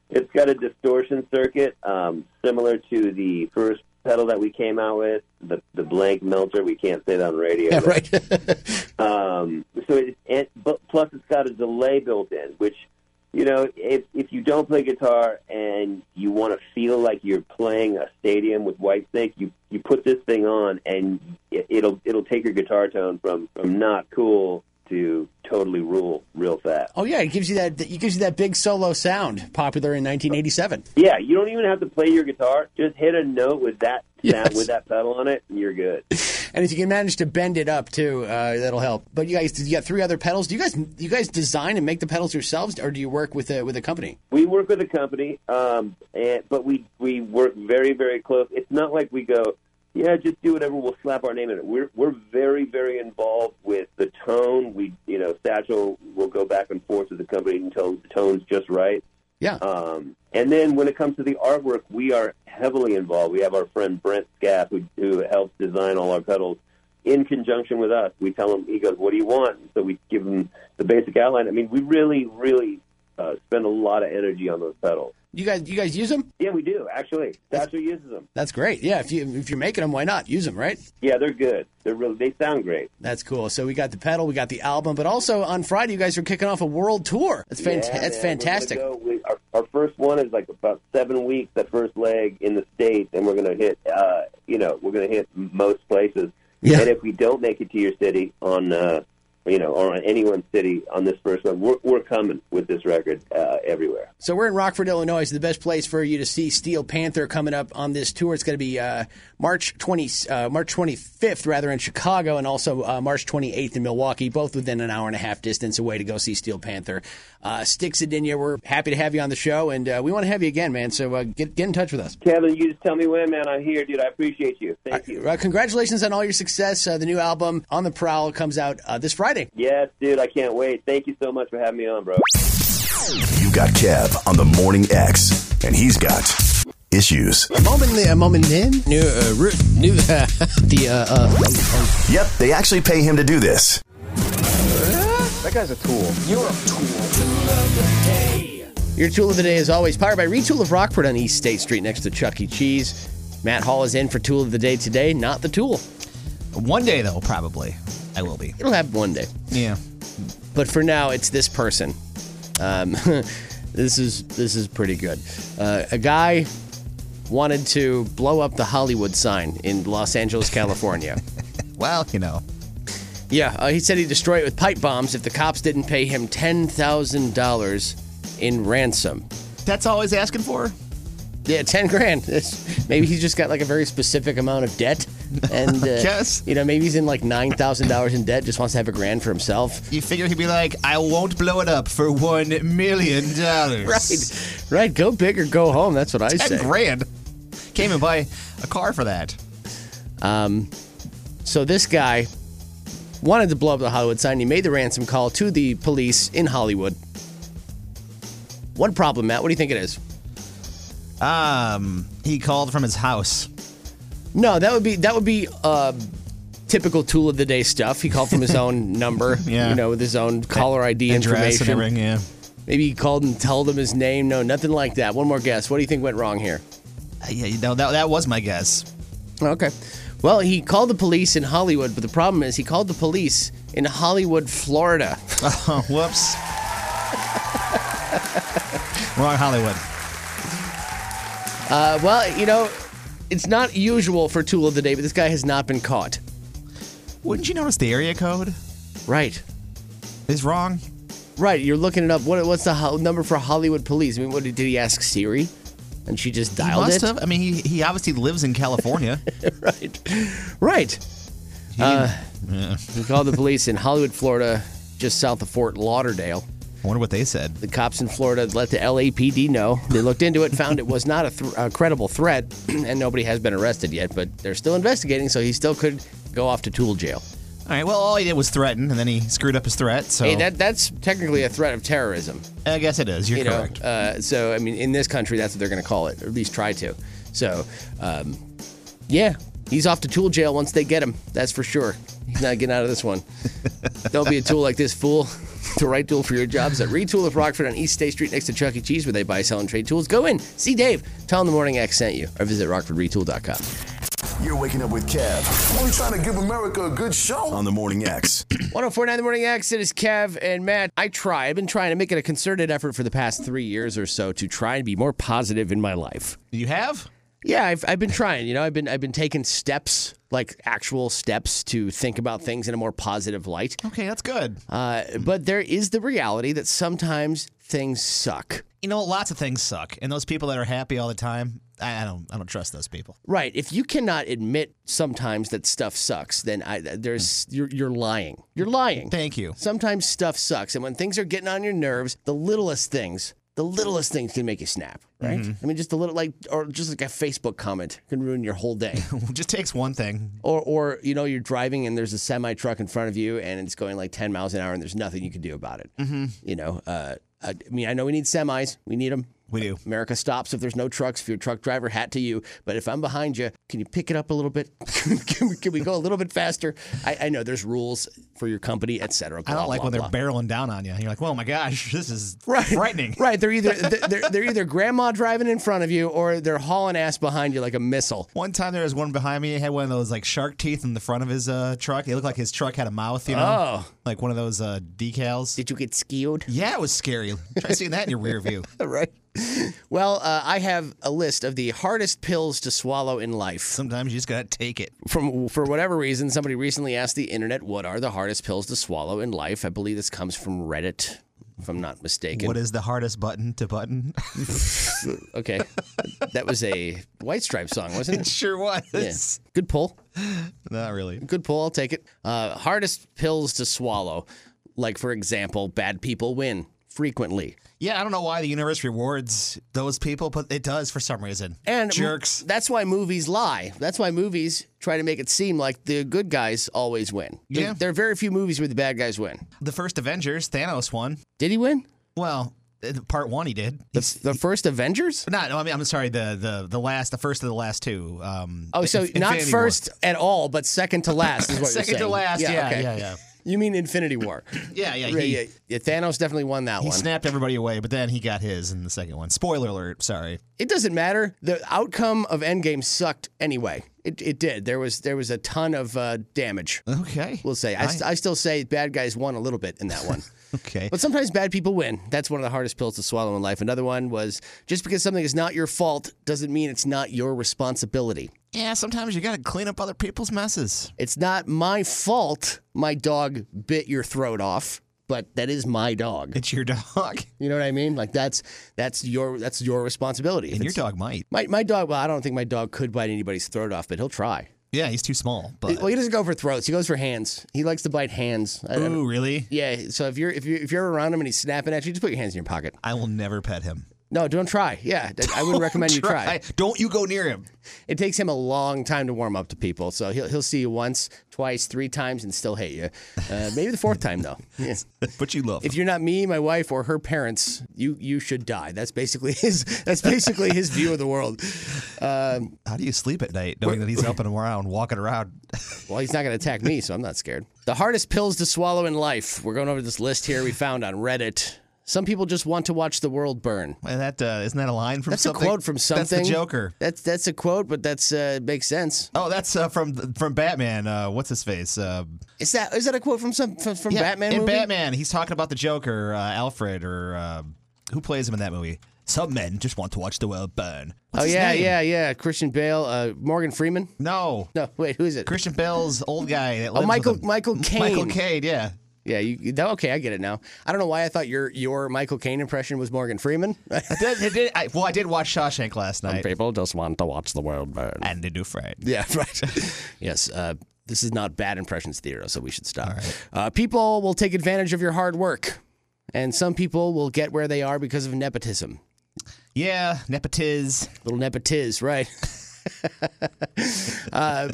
Speaker 11: it's got a distortion circuit um, similar to the first pedal that we came out with, the the blank melter. We can't say that on radio.
Speaker 3: Yeah,
Speaker 11: but-
Speaker 3: right.
Speaker 11: Um, so it, it, but plus it's got a delay built in, which you know if if you don't play guitar and you want to feel like you're playing a stadium with White Snake, you you put this thing on and it, it'll it'll take your guitar tone from from not cool to totally rule real fast.
Speaker 3: oh yeah, it gives you that. It gives you that big solo sound popular in 1987.
Speaker 11: Yeah, you don't even have to play your guitar; just hit a note with that sound,
Speaker 3: Yes.
Speaker 11: with that pedal on it, and you're good.
Speaker 3: And if you can manage to bend it up too, uh, that'll help. But you guys, you got three other pedals. Do you guys, you guys design and make the pedals yourselves, or do you work with a with a company?
Speaker 11: We work with a company, um, and, but we we work very very close. It's not like we go, yeah, just do whatever. We'll slap our name in it. We're we're very very involved with the tone. We you know Satchel will go back and forth with the company until the tone's just right.
Speaker 3: Yeah.
Speaker 11: Um, and then when it comes to the artwork, we are heavily involved. We have our friend Brent Scaff who who helps design all our pedals in conjunction with us. We tell him he goes, "What do you want?" So we give him the basic outline. I mean, we really really uh, spend a lot of energy on those pedals.
Speaker 3: You guys, you guys use them?
Speaker 11: Yeah, we do actually. That's who uses them.
Speaker 3: That's great. Yeah, if you if you're making them, why not use them, right?
Speaker 11: Yeah, they're good. They're really they sound great.
Speaker 3: That's cool. So we got the pedal, we got the album, but also on Friday you guys are kicking off a world tour. That's fant-
Speaker 11: Yeah,
Speaker 3: that's
Speaker 11: man, we're gonna
Speaker 3: fantastic.
Speaker 11: go- we- our, our first one is like about seven weeks. The first leg in the states, and we're gonna hit. Uh, you know, we're gonna hit most places.
Speaker 3: Yeah.
Speaker 11: And if we don't make it to your city on, uh, you know, or on anyone's city on this first one, we're, we're coming with this record uh, everywhere.
Speaker 3: So we're in Rockford, Illinois. It's the best place for you to see Steel Panther coming up on this tour. It's going to be uh, March twenty uh, March twenty fifth, rather in Chicago, and also uh, March twenty eighth in Milwaukee. Both within an hour and a half distance away to go see Steel Panther. Uh, Sticks Adinia, we're happy to have you on the show, and uh, we want to have you again, man. So uh, get get in touch with us.
Speaker 11: Kevin, you just tell me when, man. I'm here, dude. I appreciate you. Thank you.
Speaker 3: Uh, congratulations on all your success. Uh, the new album on the prowl comes out uh, this Friday.
Speaker 11: Yes, dude. I can't wait. Thank you so much for having me on, bro.
Speaker 1: You got Kev on the Morning X, and he's got issues.
Speaker 3: Moment, a moment in new uh, ru- new uh, the uh, uh,
Speaker 1: Yep, they actually pay him to do this.
Speaker 3: Your tool of the day is always powered by Retool of Rockford on East State Street next to Chuck E. Cheese. Matt Hall is in for tool of the day today, not the tool.
Speaker 4: One day though, probably I will be.
Speaker 3: It'll happen one day.
Speaker 4: Yeah.
Speaker 3: But for now, it's this person. Um, this is this is pretty good. Uh, a guy wanted to blow up the Hollywood sign in Los Angeles, California.
Speaker 4: Well, you know.
Speaker 3: Yeah, uh, he said he'd destroy it with pipe bombs if the cops didn't pay him ten thousand dollars in ransom.
Speaker 4: That's always asking for.
Speaker 3: Yeah, ten grand. That's- maybe he's just got like a very specific amount of debt, and uh,
Speaker 4: Yes.
Speaker 3: you know, maybe he's in like nine thousand dollars in debt. Just wants to have a grand for himself.
Speaker 4: You figure he'd be like, I won't blow it up for one million dollars.
Speaker 3: Right, right. Go big or go home. That's what I
Speaker 4: Ten
Speaker 3: say.
Speaker 4: grand. Came and buy a car for that.
Speaker 3: Um, So this guy wanted to blow up the Hollywood sign. He made the ransom call to the police in Hollywood. One problem, Matt. What do you think it is?
Speaker 4: Um, he called from his house.
Speaker 3: No, that would be that would be uh, typical tool of the day stuff. He called from his own number,
Speaker 4: Yeah.
Speaker 3: you know, with his own caller ID
Speaker 4: Address
Speaker 3: information.
Speaker 4: and everything, yeah.
Speaker 3: Maybe he called and told him his name. No, nothing like that. One more guess. What do you think went wrong here?
Speaker 4: Uh, Yeah, you know, that, that was my guess.
Speaker 3: Okay. Well, he called the police in Hollywood, but the problem is he called the police in Hollywood, Florida.
Speaker 4: Oh, whoops. Wrong Hollywood.
Speaker 3: Uh, well, you know, it's not usual for tool of the day, but this guy has not been caught.
Speaker 4: Wouldn't you notice the area code
Speaker 3: Right.
Speaker 4: is wrong?
Speaker 3: Right. You're looking it up. What, what's the ho- number for Hollywood police? I mean, what did he ask Siri? And she just
Speaker 4: He
Speaker 3: dialed
Speaker 4: must
Speaker 3: it.
Speaker 4: have. I mean, he, he obviously lives in California.
Speaker 3: Right. Uh,
Speaker 4: He- yeah.
Speaker 3: He called the police in Hollywood, Florida, just south of Fort Lauderdale.
Speaker 4: I wonder what they said.
Speaker 3: The cops in Florida let the LAPD know. They looked into it, found it was not a, th- a credible threat, and nobody has been arrested yet, but they're still investigating, so he still could go off to tool jail.
Speaker 4: All right. Well, all he did was threaten, and then he screwed up his threat. So
Speaker 3: Hey, that that's technically a threat of terrorism.
Speaker 4: I guess it is. You're
Speaker 3: You know,
Speaker 4: correct.
Speaker 3: uh, so I mean, in this country, that's what they're going to call it, or at least try to. So, um, yeah, he's off to tool jail once they get him. That's for sure. He's not getting out of this one. Don't be a tool like this fool. The right tool for your jobs at Retool of Rockford on East State Street next to Chuck E. Cheese, where they buy, sell, and trade tools. Go in, see Dave, tell him the morning X sent you, or visit rockfordretool.com.
Speaker 1: You're waking up with Kev. We're trying to give America a good show on the Morning X.
Speaker 3: 1049 The Morning X, it is Kev and Matt. I try. I've been trying to make it a concerted effort for the past three years or so to try and be more positive in my life.
Speaker 4: you have?
Speaker 3: Yeah, I've, I've been trying. You know, I've been I've been taking steps, like actual steps, to think about things in a more positive light.
Speaker 4: Okay, that's good.
Speaker 3: Uh, but there is the reality that sometimes things suck.
Speaker 4: you know, lots of things suck, and those people that are happy all the time, I, I don't, I don't trust those people.
Speaker 3: Right. If you cannot admit sometimes that stuff sucks, then I, there's you're, you're lying. You're lying.
Speaker 4: Thank you.
Speaker 3: Sometimes stuff sucks, and when things are getting on your nerves, the littlest things, the littlest things can make you snap. Right. I mean, just a little like, or just like a Facebook comment can ruin your whole day.
Speaker 4: Just takes one thing.
Speaker 3: or, or you know, you're driving and there's a semi truck in front of you and it's going like 10 miles an hour and there's nothing you can do about it. Mm-hmm. You know, uh, I I mean, I know we need semis, we need them.
Speaker 4: We do.
Speaker 3: America stops if there's no trucks. If you're a truck driver, hat to you. But if I'm behind you, can you pick it up a little bit? can, we, can we go a little bit faster? I, I know there's rules for your company, et cetera.
Speaker 4: I
Speaker 3: blah,
Speaker 4: don't like
Speaker 3: blah,
Speaker 4: when they're
Speaker 3: blah.
Speaker 4: barreling down on you. You're like, oh my gosh, this is
Speaker 3: Right.
Speaker 4: frightening.
Speaker 3: Right. They're either they're, they're either grandma driving in front of you or they're hauling ass behind you like a missile.
Speaker 4: One time there was one behind me. He had one of those like shark teeth in the front of his uh, truck. It looked like his truck had a mouth, you know,
Speaker 3: Oh.
Speaker 4: like one of those uh, decals.
Speaker 3: Did you get skewed?
Speaker 4: Yeah, it was scary. Try seeing that in your rear view.
Speaker 3: right. Well, uh, I have a list of the hardest pills to swallow in life.
Speaker 4: Sometimes you just gotta take it.
Speaker 3: From for whatever reason, somebody recently asked the internet, "What are the hardest pills to swallow in life?" I believe this comes from Reddit, if I'm not mistaken.
Speaker 4: What is the hardest button to button?
Speaker 3: okay, that was a White Stripe song, wasn't it?
Speaker 4: sure was.
Speaker 3: Yeah. Good pull.
Speaker 4: Not really.
Speaker 3: Good pull. I'll take it. Uh, hardest pills to swallow, like for example, bad people win frequently.
Speaker 4: Yeah, I don't know why the universe rewards those people, but it does for some reason.
Speaker 3: And
Speaker 4: jerks.
Speaker 3: That's why movies lie. That's why movies try to make it seem like the good guys always win. There-
Speaker 4: Yeah.
Speaker 3: There are very few movies where the bad guys win.
Speaker 4: The first Avengers, Thanos won.
Speaker 3: Did he win?
Speaker 4: Well, uh, part one he did. He's,
Speaker 3: The first Avengers?
Speaker 4: not. No, I mean, I'm sorry. The the the last, the first of the last two. Um,
Speaker 3: Oh, so
Speaker 4: Inf-
Speaker 3: not
Speaker 4: Infinity War.
Speaker 3: first at all, but second to last is what you're saying.
Speaker 4: Second to last. Yeah, yeah,
Speaker 3: okay.
Speaker 4: yeah, yeah.
Speaker 3: You mean Infinity War?
Speaker 4: Yeah, yeah.
Speaker 3: yeah,
Speaker 4: He,
Speaker 3: yeah, yeah. Thanos definitely won that
Speaker 4: he
Speaker 3: one.
Speaker 4: snapped everybody away, but then he got his in the second one. Spoiler alert. Sorry.
Speaker 3: it doesn't matter. The outcome of Endgame sucked anyway. It, it did. There was there was a ton of uh, damage.
Speaker 4: Okay.
Speaker 3: We'll say. I, st- I still say bad guys won a little bit in that one.
Speaker 4: okay.
Speaker 3: But sometimes bad people win. That's one of the hardest pills to swallow in life. Another one was just because something is not your fault doesn't mean it's not your responsibility.
Speaker 4: Yeah, sometimes you gotta clean up other people's messes.
Speaker 3: It's not my fault my dog bit your throat off, but that is my dog.
Speaker 4: It's your dog,
Speaker 3: You know what I mean? Like that's that's your that's your responsibility. If
Speaker 4: and your
Speaker 3: it's-
Speaker 4: dog might.
Speaker 3: my my dog, well, I don't think my dog could bite anybody's throat off, but he'll try.
Speaker 4: Yeah, he's too small. But
Speaker 3: Well, he doesn't go for throats. He goes for hands. He likes to bite hands. I- I don't-
Speaker 4: ooh, really?
Speaker 3: yeah. So if you're if you are if you're around him and he's snapping at you, just put your hands in your pocket.
Speaker 4: I will never pet him.
Speaker 3: No, don't try. Yeah, I wouldn't recommend you try.
Speaker 4: Don't you go near him.
Speaker 3: It takes him a long time to warm up to people, so he'll he'll see you once, twice, three times, and still hate you. Uh, maybe the fourth time though. Yeah.
Speaker 4: But you love him.
Speaker 3: If you're not me, my wife, or her parents, you you should die. That's basically his. That's basically his view of the world.
Speaker 4: How do you sleep at night knowing that he's up and around, walking around?
Speaker 3: Well, he's not going to attack me, so I'm not scared. The hardest pills to swallow in life. We're going over this list here we found on Reddit. Some people just want to watch the world burn.
Speaker 4: Man, that uh, isn't that a line from
Speaker 3: That's
Speaker 4: something?
Speaker 3: a quote from something.
Speaker 4: That's the Joker.
Speaker 3: That's that's a quote, but that's uh, makes sense.
Speaker 4: Oh, that's uh, from from Batman. Uh, what's his face? Uh,
Speaker 3: Is that is that a quote from some from, from
Speaker 4: yeah,
Speaker 3: Batman?
Speaker 4: In
Speaker 3: movie?
Speaker 4: Batman, he's talking about the Joker, uh, Alfred, or uh, who plays him in that movie? Some men just want to watch the world burn. What's
Speaker 3: Oh
Speaker 4: his
Speaker 3: yeah,
Speaker 4: name?
Speaker 3: yeah, yeah. Christian Bale, uh, Morgan Freeman.
Speaker 4: No,
Speaker 3: No, wait, who is it?
Speaker 4: Christian Bell's old guy. That lives with
Speaker 3: Michael-
Speaker 4: him.
Speaker 3: Michael
Speaker 4: Michael
Speaker 3: Caine.
Speaker 4: Caine. Yeah.
Speaker 3: yeah, you, you- okay, I get it now. I don't know why I thought your your Michael Caine impression was Morgan Freeman.
Speaker 4: I did, I did, I, well, I did watch Shawshank last night.
Speaker 3: People just want to watch the world burn.
Speaker 4: And they do fright.
Speaker 3: Yeah, right. yes, uh, this is not bad impressions theater, so we should stop. Uh, people will take advantage of your hard work, and some people will get where they are because of nepotism.
Speaker 4: Yeah, nepotiz.
Speaker 3: Little nepotiz, right? Uh,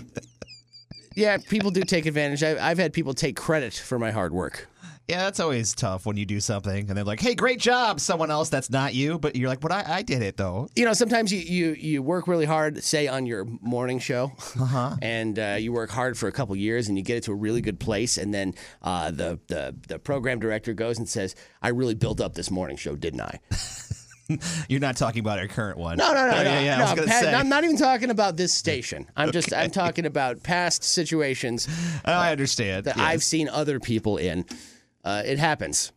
Speaker 3: yeah, people do take advantage. I, I've had people take credit for my hard work.
Speaker 4: Yeah, that's always tough when you do something and they're like, "Hey, great job!" Someone else that's not you, but you're like, "But I, I did it though."
Speaker 3: you know, sometimes you, you, you work really hard, say on your morning show,
Speaker 4: Uh-huh.
Speaker 3: and uh, you work hard for a couple years, and you get it to a really good place, and then uh, the, the the program director goes and says, "I really built up this morning show, didn't I?"
Speaker 4: You're not talking about our current one.
Speaker 3: No, no, no,
Speaker 4: Yeah,
Speaker 3: no,
Speaker 4: yeah, yeah, I
Speaker 3: no,
Speaker 4: was gonna
Speaker 3: Pat,
Speaker 4: say.
Speaker 3: I'm not even talking about this station. I'm just I'm talking about past situations
Speaker 4: Oh, I understand.
Speaker 3: that
Speaker 4: yes.
Speaker 3: I've seen other people in. Uh, it happens.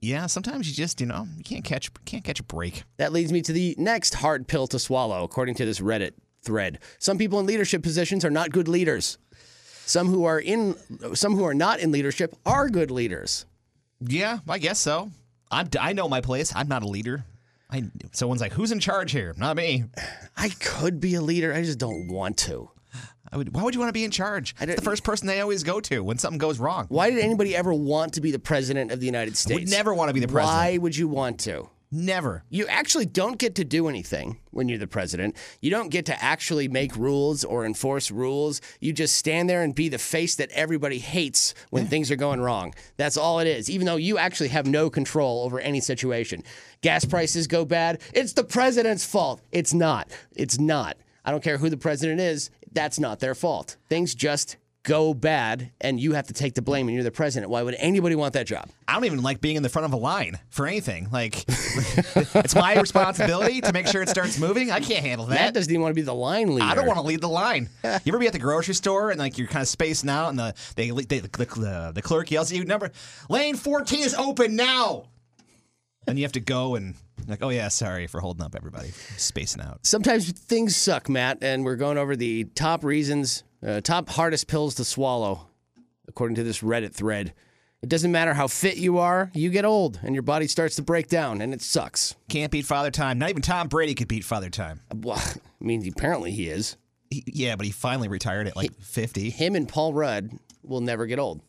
Speaker 4: yeah, sometimes you just you know you can't catch can't catch a break.
Speaker 3: That leads me to the next hard pill to swallow, according to this Reddit thread. Some people in leadership positions are not good leaders. Some who are in some who are not in leadership are good leaders.
Speaker 4: Yeah, I guess so. I'm I know my place. I'm not a leader. I someone's like, "Who's in charge here?" Not me.
Speaker 3: I could be a leader, I just don't want to.
Speaker 4: I would, why would you want to be in charge?
Speaker 3: don't-
Speaker 4: It's the first person they always go to when something goes wrong.
Speaker 3: Why did anybody ever want to be the president of the United States?
Speaker 4: never wanna be the
Speaker 3: Why
Speaker 4: president.
Speaker 3: would you want to?
Speaker 4: Never.
Speaker 3: You actually don't get to do anything when you're the president. You don't get to actually make rules or enforce rules. You just stand there and be the face that everybody hates when things are going wrong. That's all it is, even though you actually have no control over any situation. Gas prices go bad. It's the president's fault. It's not. It's not. I don't care who the president is. That's not their fault. Things just go bad and you have to take the blame and you're the president. Why would anybody want that job?
Speaker 4: I don't even like being in the front of a line for anything. Like, it's my responsibility to make sure it starts moving. I can't handle
Speaker 3: Matt
Speaker 4: that.
Speaker 3: doesn't even want to be the line leader.
Speaker 4: I don't want to lead the line. You ever be at the grocery store and like you're kind of spacing out, and the they, they the, the, the clerk yells at you, "Number lane 14 is open now," and you have to go and like, "Oh yeah, sorry for holding up everybody, spacing out."
Speaker 3: sometimes things suck, Matt, and we're going over the top reasons, uh, top hardest pills to swallow, according to this Reddit thread. It doesn't matter how fit you are, you get old and your body starts to break down, and it sucks.
Speaker 4: Can't beat Father Time. Not even Tom Brady could beat Father Time.
Speaker 3: Well, I mean, apparently he is.
Speaker 4: He- yeah, but he finally retired at like 50.
Speaker 3: Him and Paul Rudd will never get old.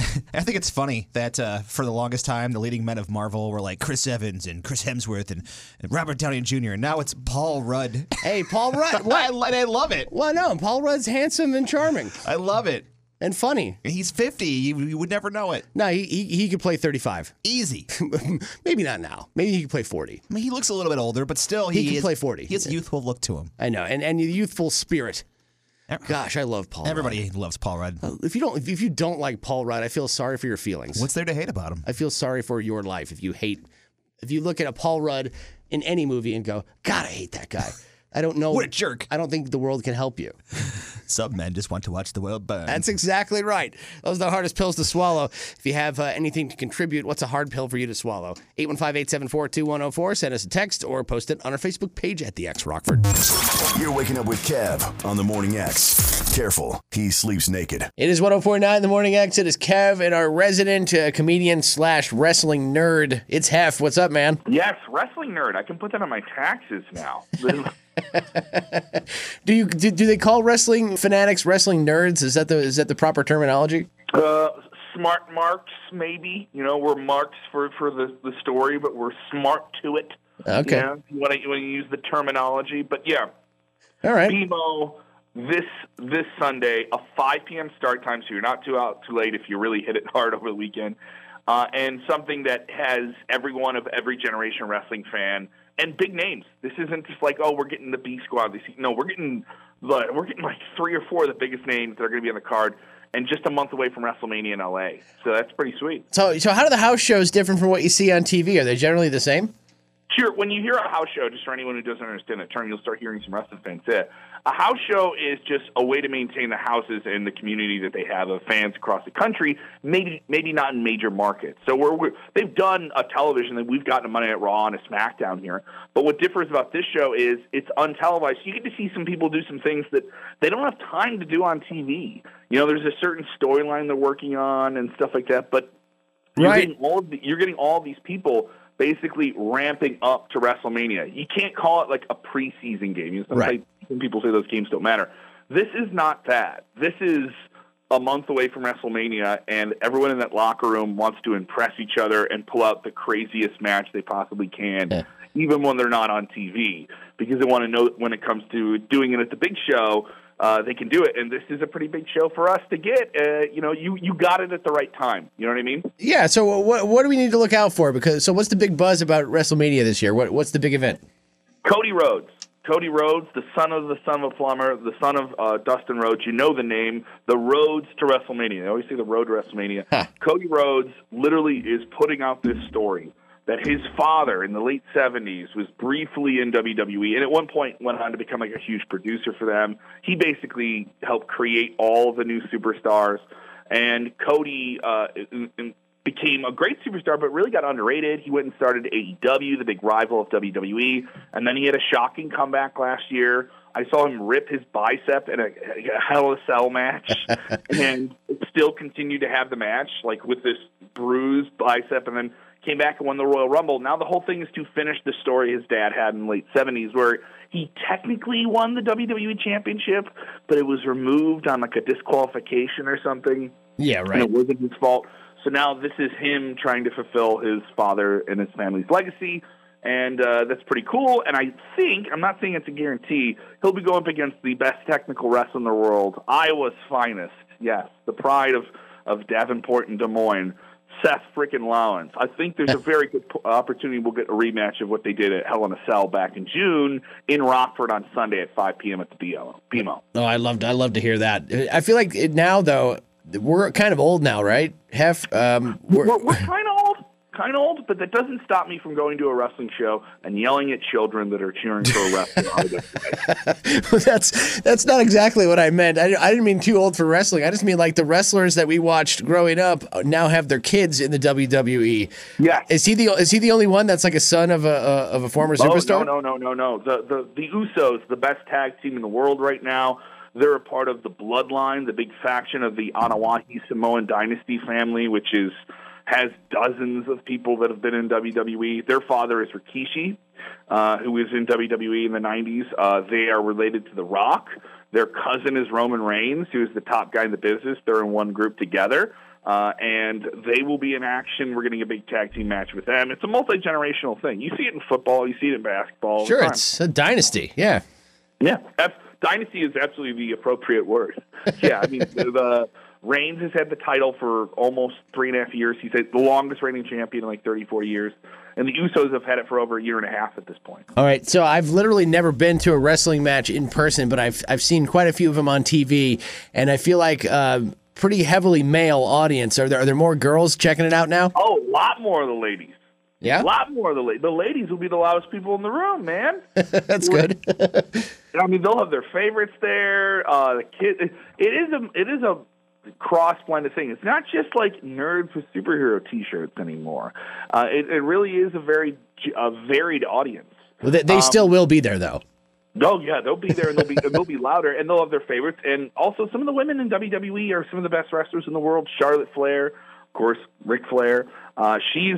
Speaker 4: I think it's funny that uh, for the longest time, the leading men of Marvel were like Chris Evans and Chris Hemsworth and, and Robert Downey Jr. And now it's Paul Rudd.
Speaker 3: Hey, Paul Rudd,
Speaker 4: I,
Speaker 3: what?
Speaker 4: lo- I love it.
Speaker 3: Well, no, Paul Rudd's handsome and charming
Speaker 4: I love it.
Speaker 3: and funny.
Speaker 4: He's 50. You, you would never know it.
Speaker 3: No, he, he, he could play 35.
Speaker 4: Easy.
Speaker 3: Maybe not now. Maybe he could play 40.
Speaker 4: I mean, he looks a little bit older, but still, he,
Speaker 3: He can
Speaker 4: is-
Speaker 3: play 40.
Speaker 4: He has a youthful look to him.
Speaker 3: I know. And, and the youthful spirit.
Speaker 4: Ev-
Speaker 3: Gosh, I love Paul Rudd.
Speaker 4: Everybody loves Paul Rudd.
Speaker 3: If you don't, if you don't like Paul Rudd, I feel sorry for your feelings.
Speaker 4: What's there to hate about him?
Speaker 3: I feel sorry for your life if you hate, if you look at a Paul Rudd in any movie and go, God, I hate that guy. I don't know.
Speaker 4: What a jerk.
Speaker 3: I don't think the world can help you.
Speaker 4: Some men just want to watch the world burn.
Speaker 3: That's exactly right. Those are the hardest pills to swallow. If you have uh, anything to contribute, what's a hard pill for you to swallow? 815-874-2104. Send us a text or post it on our Facebook page at The X Rockford.
Speaker 1: You're waking up with Kev on the Morning X. Careful, he sleeps naked.
Speaker 3: It is 1049 in the morning X. It is Kev and our resident uh, comedian slash wrestling nerd. It's Hef. What's up, man?
Speaker 12: Yes, wrestling nerd. I can put that on my taxes now.
Speaker 3: Do you do, do they call wrestling fanatics wrestling nerds? Is that the is that the proper terminology?
Speaker 12: uh, smart marks, maybe. You know, we're marks for, for the, the story, but we're smart to it.
Speaker 3: Okay.
Speaker 2: Yeah, you want to use the terminology, but yeah,
Speaker 3: All right.
Speaker 2: BMO this this Sunday, a 5 p.m. start time, so you're not too out too late if you really hit it hard over the weekend, uh, and something that has everyone of every generation wrestling fan and big names. This isn't just like oh we're getting the B squad. This no, we're getting the we're getting like three or four of the biggest names that are going to be on the card, and just a month away from WrestleMania in LA. So that's pretty sweet.
Speaker 3: So, so how do the house shows different from what you see on TV? Are they generally the same?
Speaker 2: Sure. When you hear a house show, just for anyone who doesn't understand that term, you'll start hearing some wrestling fans say it. A house show is just a way to maintain the houses and the community that they have of fans across the country. Maybe, maybe not in major markets. So we're, we're they've done a television that we've gotten a Monday Night Raw and a SmackDown here. But what differs about this show is it's untelevised. You get to see some people do some things that they don't have time to do on TV. You know, there's a certain storyline they're working on and stuff like that. But you're
Speaker 3: Right.
Speaker 2: getting all of the, you're getting all these people basically ramping up to WrestleMania. You can't call it like a preseason game. You know, some,
Speaker 3: Right.
Speaker 2: like- some people say those games don't matter. This is not that. This is a month away from WrestleMania, and everyone in that locker room wants to impress each other and pull out the craziest match they possibly can,
Speaker 5: Yeah.
Speaker 2: even when they're not on TV, because they want to know that when it comes to doing it at the big show. Uh, they can do it, and this is a pretty big show for us to get. Uh, you know, you you got it at the right time. You know what I mean?
Speaker 3: Yeah. So what what do we need to look out for? Because so what's the big buzz about WrestleMania this year? What what's the big event?
Speaker 2: Cody Rhodes. Cody Rhodes, the son of the son of a plumber, the son of uh, Dustin Rhodes. You know the name. The Roads to WrestleMania. They always say the Road to WrestleMania. Cody Rhodes literally is putting out this story that his father in the late 70s was briefly in WWE and at one point went on to become like a huge producer for them. He basically helped create all the new superstars. And Cody uh, in- in- became a great superstar, but really got underrated. He went and started AEW, the big rival of WWE, and then he had a shocking comeback last year. I saw him rip his bicep in a, a Hell in a Cell match, and still continued to have the match, like with this bruised bicep, and then came back and won the Royal Rumble. Now the whole thing is to finish the story his dad had in the late seventies, where he technically won the WWE Championship, but it was removed on like a disqualification or something
Speaker 3: Yeah.
Speaker 2: and it wasn't his fault. So now this is him trying to fulfill his father and his family's legacy, and uh, that's pretty cool. And I think I'm not saying it's a guarantee. He'll be going up against the best technical wrestler in the world, Iowa's finest. Yes, the pride of of Davenport and Des Moines. Seth freaking Rollins. I think there's a very good po- opportunity we'll get a rematch of what they did at Hell in a Cell back in June in Rockford on Sunday at 5 p.m. at the BMO. BMO.
Speaker 3: Oh, I loved I love to hear that. I feel like it, now though we're kind of old now, right? Hef. Um. We're,
Speaker 2: we're, we're kind of old, kind of old, but that doesn't stop me from going to a wrestling show and yelling at children that are cheering for a wrestling. artist.
Speaker 3: that's that's not exactly what I meant. I, I didn't mean too old for wrestling. I just mean like the wrestlers that we watched growing up uh, now have their kids in the E. WWE.
Speaker 2: Yes.
Speaker 3: Is he the is he the only one that's like a son of a uh, of a former
Speaker 2: Oh
Speaker 3: superstar?
Speaker 2: no, no, no, no, no. The the the Usos, the best tag team in the world right now. They're a part of the Bloodline, the big faction of the Anawahi Samoan Dynasty family, which is has dozens of people that have been in WWE. Their father is Rikishi, uh, who was in WWE in the '90s. Uh, they are related to The Rock. Their cousin is Roman Reigns, who is the top guy in the business. They're in one group together. Uh, and they will be in action. We're getting a big tag team match with them. It's a multi generational thing. You see it in football. You see it in basketball. all the
Speaker 3: Sure,
Speaker 2: time.
Speaker 3: it's a dynasty. Yeah.
Speaker 2: Yeah, F- dynasty is absolutely the appropriate word. Yeah, I mean the, the Reigns has had the title for almost three and a half years. He's the longest reigning champion in like 34 years, and the Usos have had it for over a year and a half at this point.
Speaker 3: All right, so I've literally never been to a wrestling match in person, but I've I've seen quite a few of them on TV, and I feel like uh, pretty heavily male audience. Are there are there more girls checking it out now?
Speaker 2: Oh, a lot more of the ladies.
Speaker 3: Yeah,
Speaker 2: A lot more of the ladies. The ladies will be the loudest people in the room, man.
Speaker 3: that's good.
Speaker 2: I mean, they'll have their favorites there. Uh, the kid, it, it is a it is a cross blended thing. It's not just like nerds with superhero T shirts anymore. Uh, it, it really is a very a varied audience.
Speaker 3: Well, they
Speaker 2: Um,
Speaker 3: they still will be there though.
Speaker 2: Oh yeah, they'll be there and they'll be and they'll be louder and they'll have their favorites. And also, some of the women in WWE are some of the best wrestlers in the world. Charlotte Flair, of course, Ric Flair. Uh, she's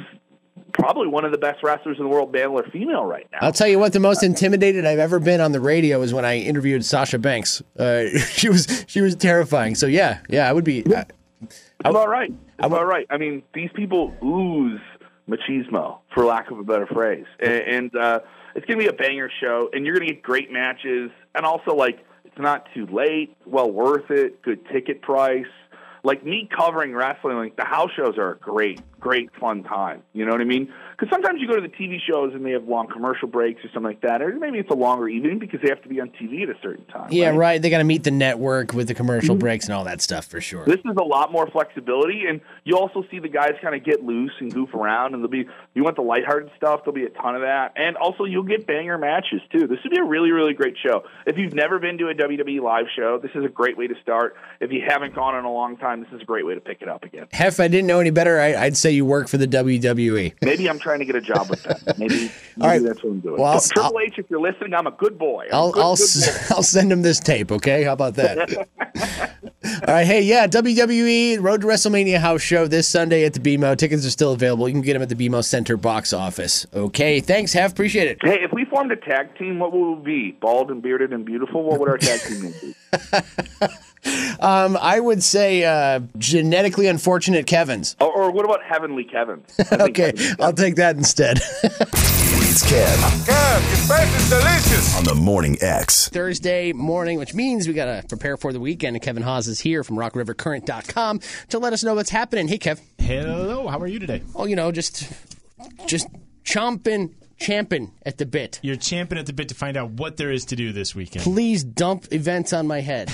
Speaker 2: probably one of the best wrestlers in the world, male or female, right now.
Speaker 3: I'll tell you what, the most intimidated I've ever been on the radio is when I interviewed Sasha Banks. Uh, she was she was terrifying. So yeah, yeah, I would be. I-
Speaker 2: I'm all right. I'm all right. I mean, these people ooze machismo, for lack of a better phrase. And, and uh, it's going to be a banger show, and you're going to get great matches, and also like it's not too late, well worth it, good ticket price. Like me covering wrestling, like the house shows are a great, great fun time. You know what I mean? Because sometimes you go to the TV shows and they have long commercial breaks or something like that, or maybe it's a longer evening because they have to be on TV at a certain time.
Speaker 13: Yeah, right. They got to meet the network with the commercial breaks and all that stuff for sure.
Speaker 2: This is a lot more flexibility, and you also see the guys kind of get loose and goof around. And there'll be you want the lighthearted stuff. There'll be a ton of that, and also you'll get banger matches too. This would be a really, really great show. If you've never been to a WWE live show, this is a great way to start. If you haven't gone in a long time, this is a great way to pick it up again.
Speaker 13: Hef, I didn't know any better. I, I'd say you work for the E. WWE.
Speaker 2: Maybe I'm trying to get a job with that. Maybe, maybe
Speaker 13: All right.
Speaker 2: that's what I'm doing.
Speaker 13: Well, I'll-
Speaker 2: But Triple H, if you're listening, I'm a good boy. I'm a
Speaker 13: I'll
Speaker 2: good,
Speaker 13: I'll,
Speaker 2: good
Speaker 13: s- I'll send him this tape. Okay, how about that? All right, hey, yeah, WWE Road to WrestleMania house show this Sunday at the BMO. Tickets are still available. You can get them at the BMO Center box office. Okay, thanks, Hef. Appreciate it.
Speaker 2: Hey, if we formed a tag team, what would we be? Bald and bearded and beautiful? What would our tag team name be?
Speaker 13: Um, I would say uh, genetically unfortunate Kevin's.
Speaker 2: Or, or what about Heavenly Kevin?
Speaker 13: okay, I'll take that instead.
Speaker 1: It's Kev
Speaker 14: Kev, your face is delicious.
Speaker 1: on the Morning X.
Speaker 3: Thursday morning, which means we got to prepare for the weekend. And Kevin Haas is here from rockrivercurrent.com to let us know what's happening. Hey, Kev.
Speaker 11: Hello, how are you today?
Speaker 3: Oh, you know, just just chomping, champing at the bit.
Speaker 11: You're champing at the bit to find out what there is to do this weekend.
Speaker 3: Please dump events on my head.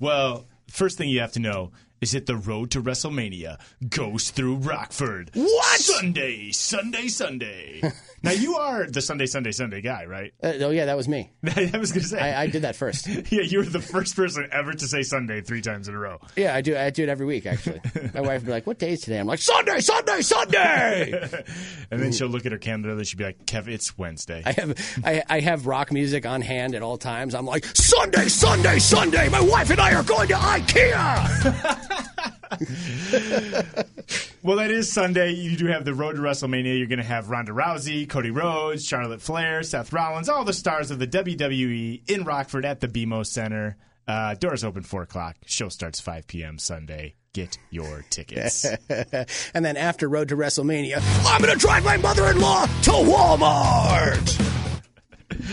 Speaker 11: Well, first thing you have to know is that the road to WrestleMania goes through Rockford.
Speaker 3: What?
Speaker 11: Sunday, Sunday, Sunday. now you are the Sunday, Sunday, Sunday guy, right?
Speaker 3: Uh, oh, yeah, that was me.
Speaker 11: I was gonna say.
Speaker 3: I, I did that first.
Speaker 11: yeah, you were the first person ever to say Sunday three times in a row.
Speaker 3: Yeah, I do. I do it every week, actually. My wife would be like, "What day is today?" I'm like, "Sunday, Sunday, Sunday."
Speaker 11: And then she'll look at her calendar and she'll be like, Kev, it's Wednesday.
Speaker 3: I have I, I have rock music on hand at all times. I'm like, "Sunday, Sunday, Sunday." My wife and I are going to IKEA.
Speaker 11: Well, that is Sunday. You do have the road to WrestleMania. You're going to have Ronda Rousey, Cody Rhodes, Charlotte Flair, Seth Rollins, all the stars of the WWE in Rockford at the BMO Center. Uh, doors open 4 o'clock. Show starts 5 p.m. Sunday. Get your tickets.
Speaker 3: and then after Road to WrestleMania, I'm going to drive my mother-in-law to Walmart.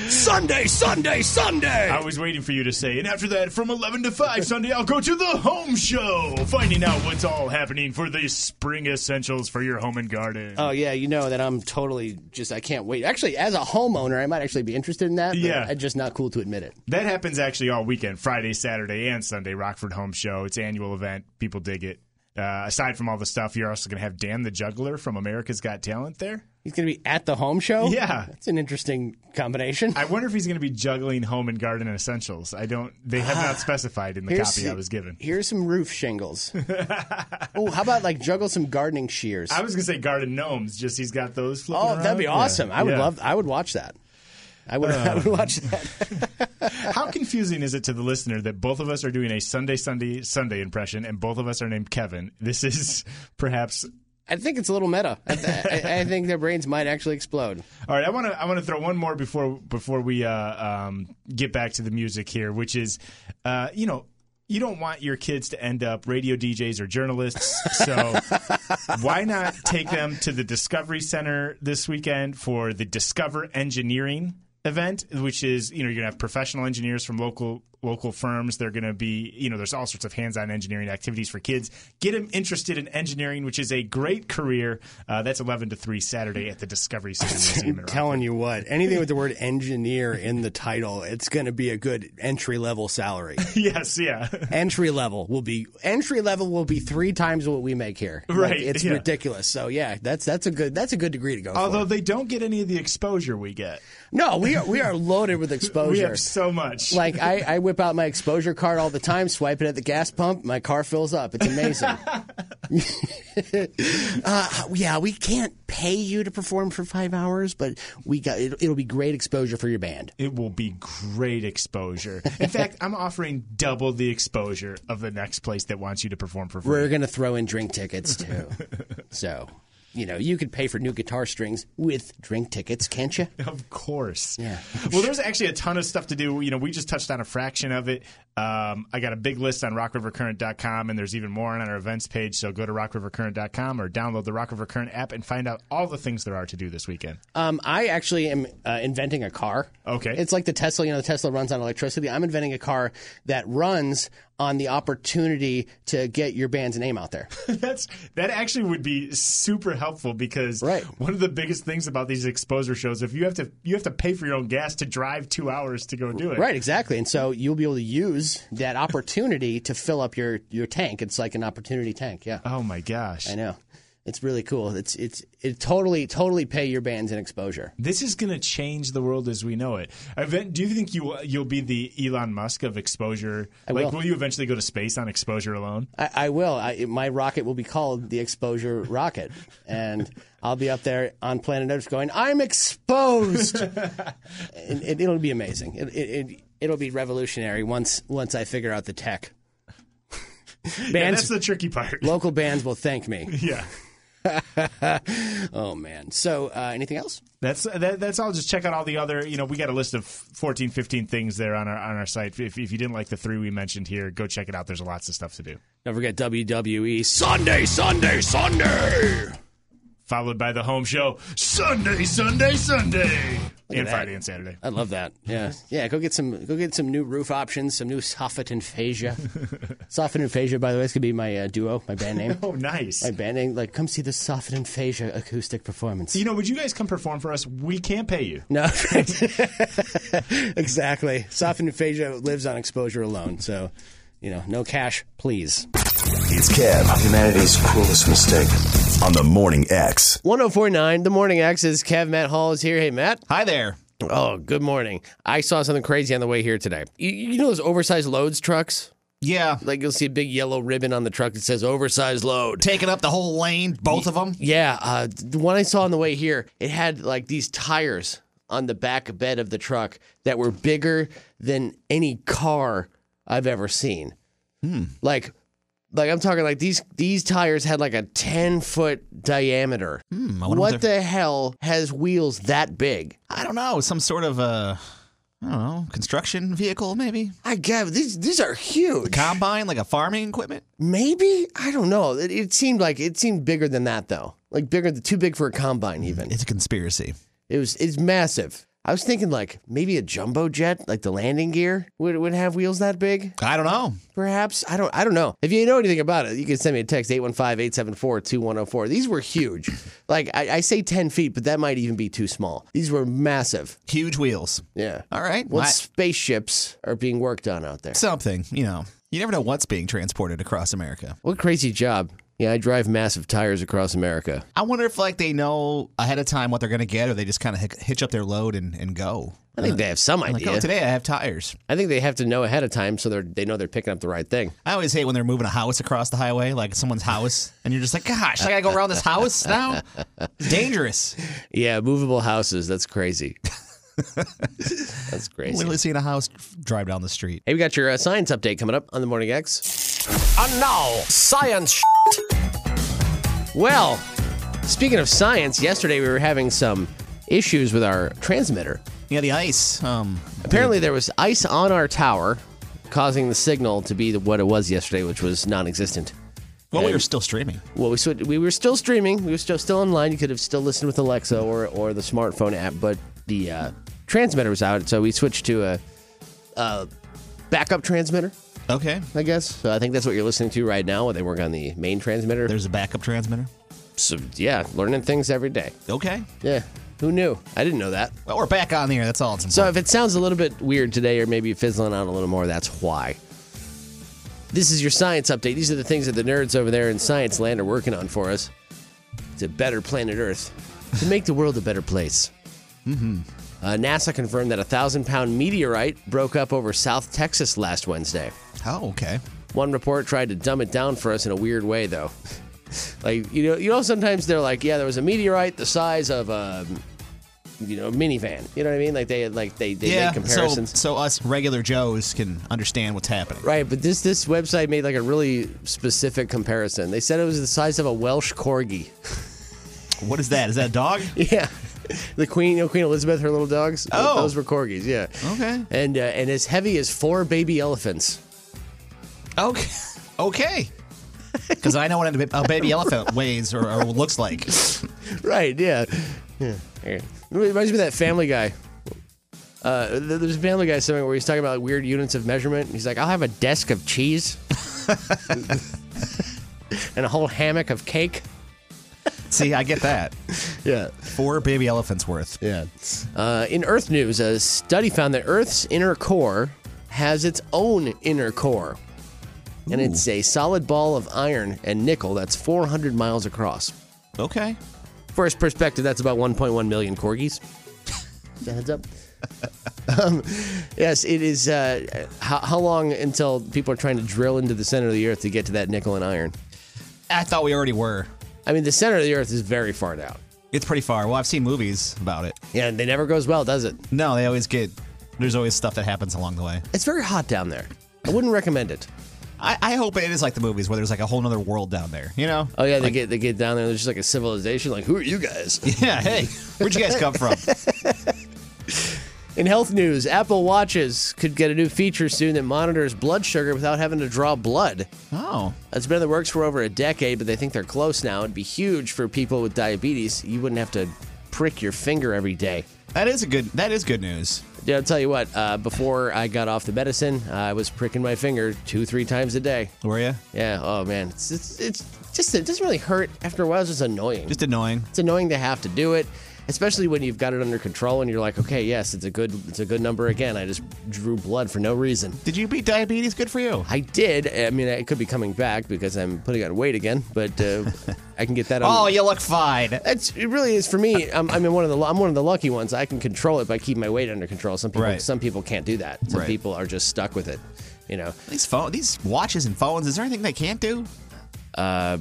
Speaker 3: Sunday, Sunday, Sunday.
Speaker 11: I was waiting for you to say, and after that, from 11 to 5 Sunday, I'll go to the home show, finding out what's all happening for the spring essentials for your home and garden.
Speaker 3: Oh yeah, you know that I'm totally just I can't wait. Actually, as a homeowner, I might actually be interested in that. But
Speaker 11: Yeah.
Speaker 3: it's just not cool to admit it.
Speaker 11: That happens actually all weekend, Friday, Saturday, and Sunday. Rockford Home Show. It's an annual event. People dig it. Uh, aside from all the stuff, you're also going to have Dan the Juggler from America's Got Talent there.
Speaker 3: He's going to be at the home show.
Speaker 11: Yeah.
Speaker 3: that's an interesting combination.
Speaker 11: I wonder if he's going to be juggling home and garden essentials. I don't. They have
Speaker 3: Ah.
Speaker 11: not specified in the
Speaker 3: Here's
Speaker 11: copy I
Speaker 3: some-
Speaker 11: was given.
Speaker 3: Here's some roof shingles. oh, how about like juggle some gardening shears?
Speaker 11: I was going to say garden gnomes. Just he's got those. Flipping
Speaker 3: oh, that'd
Speaker 11: around.
Speaker 3: be
Speaker 11: Yeah.
Speaker 3: awesome. I would
Speaker 11: Yeah. Um.
Speaker 3: love. I would watch that. I would. I would watch that.
Speaker 11: How confusing is it to the listener that both of us are doing a Sunday, Sunday, Sunday impression, and both of us are named Kevin? This is perhaps
Speaker 3: I think it's a little meta. I, I, I think their brains might actually explode.
Speaker 11: All right, I want to I want to throw one more before before we uh, um, get back to the music here, which is, uh, you know, you don't want your kids to end up radio DJs or journalists, so why not take them to the Discovery Center this weekend for the Discover Engineering event, which is you know you're gonna have professional engineers from local local firms. They're gonna be you know there's all sorts of hands-on engineering activities for kids. Get them interested in engineering, which is a great career. Uh, that's 11 to 3 Saturday at the Discovery Center Museum. in Rockford.
Speaker 13: Telling you what, anything with the word engineer in the title, it's going to be a good entry level salary.
Speaker 11: yes, yeah.
Speaker 3: entry level will be entry level will be three times what we make here. Like,
Speaker 11: Right,
Speaker 3: it's
Speaker 11: yeah.
Speaker 3: ridiculous. So yeah, that's that's a good that's a good degree to go.
Speaker 11: Although
Speaker 3: for.
Speaker 11: they don't get any of the exposure we get,
Speaker 3: no, we are we are loaded with
Speaker 11: we
Speaker 3: exposure.
Speaker 11: have so much.
Speaker 3: like I, I whip out my exposure card all the time, swipe it at the gas pump, my car fills up. It's amazing. uh, yeah, we can't pay you to perform for five hours, but we got it, it'll be great exposure for your band.
Speaker 11: It will be great exposure. In fact, I'm offering double the exposure of the next place that wants you to perform for free.
Speaker 3: We're gonna throw in drink tickets too. so You know, you could pay for new guitar strings with drink tickets, can't you?
Speaker 11: Of course.
Speaker 3: Yeah.
Speaker 11: well, there's actually a ton of stuff to do. You know, we just touched on a fraction of it. Um, I got a big list on rockrivercurrent.com, and there's even more on our events page. So go to rockrivercurrent.com or download the Rock River Current app and find out all the things there are to do this weekend.
Speaker 3: Um, I actually am uh, inventing a car.
Speaker 11: Okay.
Speaker 3: It's like the Tesla, you know, the Tesla runs on electricity. I'm inventing a car that runs on the opportunity to get your band's name out there.
Speaker 11: That's that actually would be super helpful because one of the biggest things about these exposure shows if you have to you have to pay for your own gas to drive two hours to go do it.
Speaker 3: Right, exactly. And so you'll be able to use that opportunity to fill up your, your tank. It's like an opportunity tank. Yeah.
Speaker 11: Oh my gosh.
Speaker 3: I know. It's really cool. It's it's it totally totally pay your bands in exposure.
Speaker 11: This is going to change the world as we know it. Event, do you think you you'll be the Elon Musk of exposure?
Speaker 3: I
Speaker 11: like,
Speaker 3: will.
Speaker 11: will you eventually go to space on exposure alone?
Speaker 3: I, I will. I, my rocket will be called the Exposure Rocket, and I'll be up there on planet Earth going, "I'm exposed," and it, it'll be amazing. It, it, it it'll be revolutionary once once I figure out the tech. bands,
Speaker 11: Yeah, that's the tricky part.
Speaker 3: local bands will thank me.
Speaker 11: Yeah.
Speaker 3: oh man. So uh, anything else?
Speaker 11: That's that, that's all. Just check out all the other. You know, we got a list of 14, 15 things there on our on our site. If, if you didn't like the three we mentioned here, go check it out. There's lots of stuff to do.
Speaker 3: Don't forget E. WWE Sunday, Sunday, Sunday.
Speaker 11: Followed by the home show Sunday, Sunday, Sunday,
Speaker 3: at
Speaker 11: and
Speaker 3: that.
Speaker 11: Friday and Saturday.
Speaker 3: I love that. Yeah, yeah. Go get some. Go get some new roof options. Some new soffit and fascia. soffit and fascia. By the way, this could be my uh, duo, my band name.
Speaker 11: Oh, nice.
Speaker 3: My band name. Like, come see the soffit and fascia acoustic performance.
Speaker 11: You know, would you guys come perform for us? We can't pay you.
Speaker 3: No, exactly. Soffit and fascia lives on exposure alone. So, you know, no cash, please.
Speaker 1: It's Kev. Humanity's cruelest mistake. On the Morning X.
Speaker 3: 1049, The Morning X is Kev. Matt Hall is here. Hey, Matt.
Speaker 4: Hi there.
Speaker 3: Oh, good morning. I saw something crazy on the way here today. You, you know those oversized loads trucks?
Speaker 4: Yeah.
Speaker 3: Like you'll see a big yellow ribbon on the truck that says oversized load.
Speaker 4: Taking up the whole lane, both of them.
Speaker 3: Yeah, uh, the one I saw on the way here, it had like these tires on the back bed of the truck that were bigger than any car I've ever seen.
Speaker 4: Hmm.
Speaker 3: Like, like I'm talking like these these tires had like a 10 foot diameter.
Speaker 4: Hmm, I wonder
Speaker 3: what
Speaker 4: if
Speaker 3: the hell has wheels that big?
Speaker 4: I don't know. Some sort of uh, I don't know, construction vehicle maybe.
Speaker 3: I guess these these are huge.
Speaker 4: Combine, like a farming equipment.
Speaker 3: Maybe I don't know. It, it seemed like it seemed bigger than that though. Like bigger, too big for a combine even.
Speaker 4: It's a conspiracy.
Speaker 3: It was it's massive. I was thinking like maybe a jumbo jet, like the landing gear would would have wheels that big,
Speaker 4: I don't know.
Speaker 3: perhaps. I don't I don't know. If you know anything about it, you can send me a text 815-874-2104. These were huge. Like I, I say 10 feet, but that might even be too small. These were massive.
Speaker 4: Huge wheels.
Speaker 3: Yeah.
Speaker 4: All right.
Speaker 3: What
Speaker 4: I-
Speaker 3: spaceships are being worked on out there?
Speaker 4: something. You know, you never know what's being transported across America.
Speaker 3: What crazy job. Yeah, I drive massive tires across America.
Speaker 4: I wonder if like they know ahead of time what they're going to get, or they just kind of hitch up their load and, and go.
Speaker 3: I think they have some
Speaker 4: Like,
Speaker 3: idea.
Speaker 4: oh, today I have tires.
Speaker 3: I think they have to know ahead of time so they're, they know they're picking up the right thing.
Speaker 4: I always hate when they're moving a house across the highway, like someone's house, and you're just like, gosh, I gotta go around this house now? It's dangerous.
Speaker 3: Yeah, movable houses. That's crazy. that's crazy.
Speaker 4: Literally seeing a house drive down the street.
Speaker 3: Hey, we got your uh, science update coming up on the Morning X. And now, science. Well, speaking of science, yesterday we were having some issues with our transmitter.
Speaker 4: Yeah, the ice. Um,
Speaker 3: Apparently, there was ice on our tower, causing the signal to be the, what it was yesterday, which was non-existent.
Speaker 4: well, we were still streaming.
Speaker 3: Well, we switched, we were still streaming. We were still still online. You could have still listened with Alexa or or the smartphone app, but the uh, transmitter was out, so we switched to a, a backup transmitter,
Speaker 4: Okay.
Speaker 3: I guess. So I think that's what you're listening to right now. while They work on the main transmitter.
Speaker 4: There's a backup transmitter.
Speaker 3: So yeah, learning things every day.
Speaker 4: Okay.
Speaker 3: Yeah, who knew? I didn't know that.
Speaker 4: Well, we're back on the air. That's all. It's
Speaker 3: So
Speaker 4: important.
Speaker 3: if it sounds a little bit weird today, or maybe fizzling out a little more, that's why. This is your science update. These are the things that the nerds over there in science land are working on for us to better planet Earth, to make the world a better place. Mm-hmm. Uh, NASA confirmed that a thousand pound meteorite broke up over South Texas last Wednesday.
Speaker 4: oh, okay.
Speaker 3: One report tried to dumb it down for us in a weird way, though. like you know, you know, sometimes they're like, yeah, there was a meteorite the size of a, you know, minivan. You know what I mean? Like they like they they
Speaker 4: yeah.
Speaker 3: make comparisons.
Speaker 4: So, so us regular Joes can understand what's happening.
Speaker 3: Right, but this this website made like a really specific comparison. They said it was the size of a Welsh corgi.
Speaker 4: What is that? Is that a dog?
Speaker 3: yeah. The Queen, you know, Queen Elizabeth, her little dogs.
Speaker 4: Oh.
Speaker 3: those were corgis. Yeah.
Speaker 4: Okay.
Speaker 3: And uh, and as heavy as four baby elephants.
Speaker 4: Okay. Okay. Because I know what a ba- a baby elephant weighs or, or looks like.
Speaker 3: Right. Yeah. Yeah. It reminds me of that Family Guy. Uh, th- there's a Family Guy something where he's talking about like, weird units of measurement. and He's like, I'll have a desk of cheese and a whole hammock of cake.
Speaker 4: See, I get that.
Speaker 3: yeah.
Speaker 4: Four baby elephants worth.
Speaker 3: Yeah. Uh, in Earth news, a study found that Earth's inner core has its own inner core. And
Speaker 4: Ooh.
Speaker 3: it's a solid ball of iron and nickel that's 400 miles across.
Speaker 4: Okay.
Speaker 3: First perspective, that's about 1.1 million corgis. That heads up. um, yes, it is. Uh, how, how long until people are trying to drill into the center of the Earth to get to that nickel and iron?
Speaker 4: I thought we already were.
Speaker 3: I mean, the center of the Earth is very far down.
Speaker 4: It's pretty far. Well, I've seen movies about it.
Speaker 3: Yeah, and they never goes well, does it?
Speaker 4: No, they always get. There's always stuff that happens along the way.
Speaker 3: It's very hot down there. I wouldn't recommend it.
Speaker 4: I, I hope it is like the movies where there's like a whole other world down there. You know?
Speaker 3: Oh yeah, they get they get down there. There's just like a civilization. Like, who are you guys?
Speaker 4: Yeah. Hey, where'd you guys come from?
Speaker 3: In health news, Apple Watches could get a new feature soon that monitors blood sugar without having to draw blood.
Speaker 4: Oh.
Speaker 3: That's been in the works for over a decade, but they think they're close now. It'd be huge for people with diabetes. You wouldn't have to prick your finger every day.
Speaker 4: That is a good. That is good news.
Speaker 3: Yeah, I'll tell you what. Uh, before I got off the medicine, I was pricking my finger two, three times a day.
Speaker 4: Were you?
Speaker 3: Yeah. Oh man, it's it's, it's just it doesn't really hurt. After a while, it's just annoying.
Speaker 4: Just annoying.
Speaker 3: It's annoying to have to do it, especially when you've got it under control and you're like, okay, yes, it's a good it's a good number again. I just drew blood for no reason.
Speaker 4: Did you beat diabetes? Good for you.
Speaker 3: I did. I mean, it could be coming back because I'm putting on weight again, but uh, I can get that. on
Speaker 4: Oh, you look fine.
Speaker 3: it's, it really is for me. I'm, I'm in one of the I'm one of the lucky ones. I can control it by keeping my weight under control. Some people
Speaker 4: Right.
Speaker 3: some people can't do that. Some
Speaker 4: Right.
Speaker 3: people are just stuck with it. You know,
Speaker 4: These phone, these watches and phones. Is there anything they can't do?
Speaker 3: uh,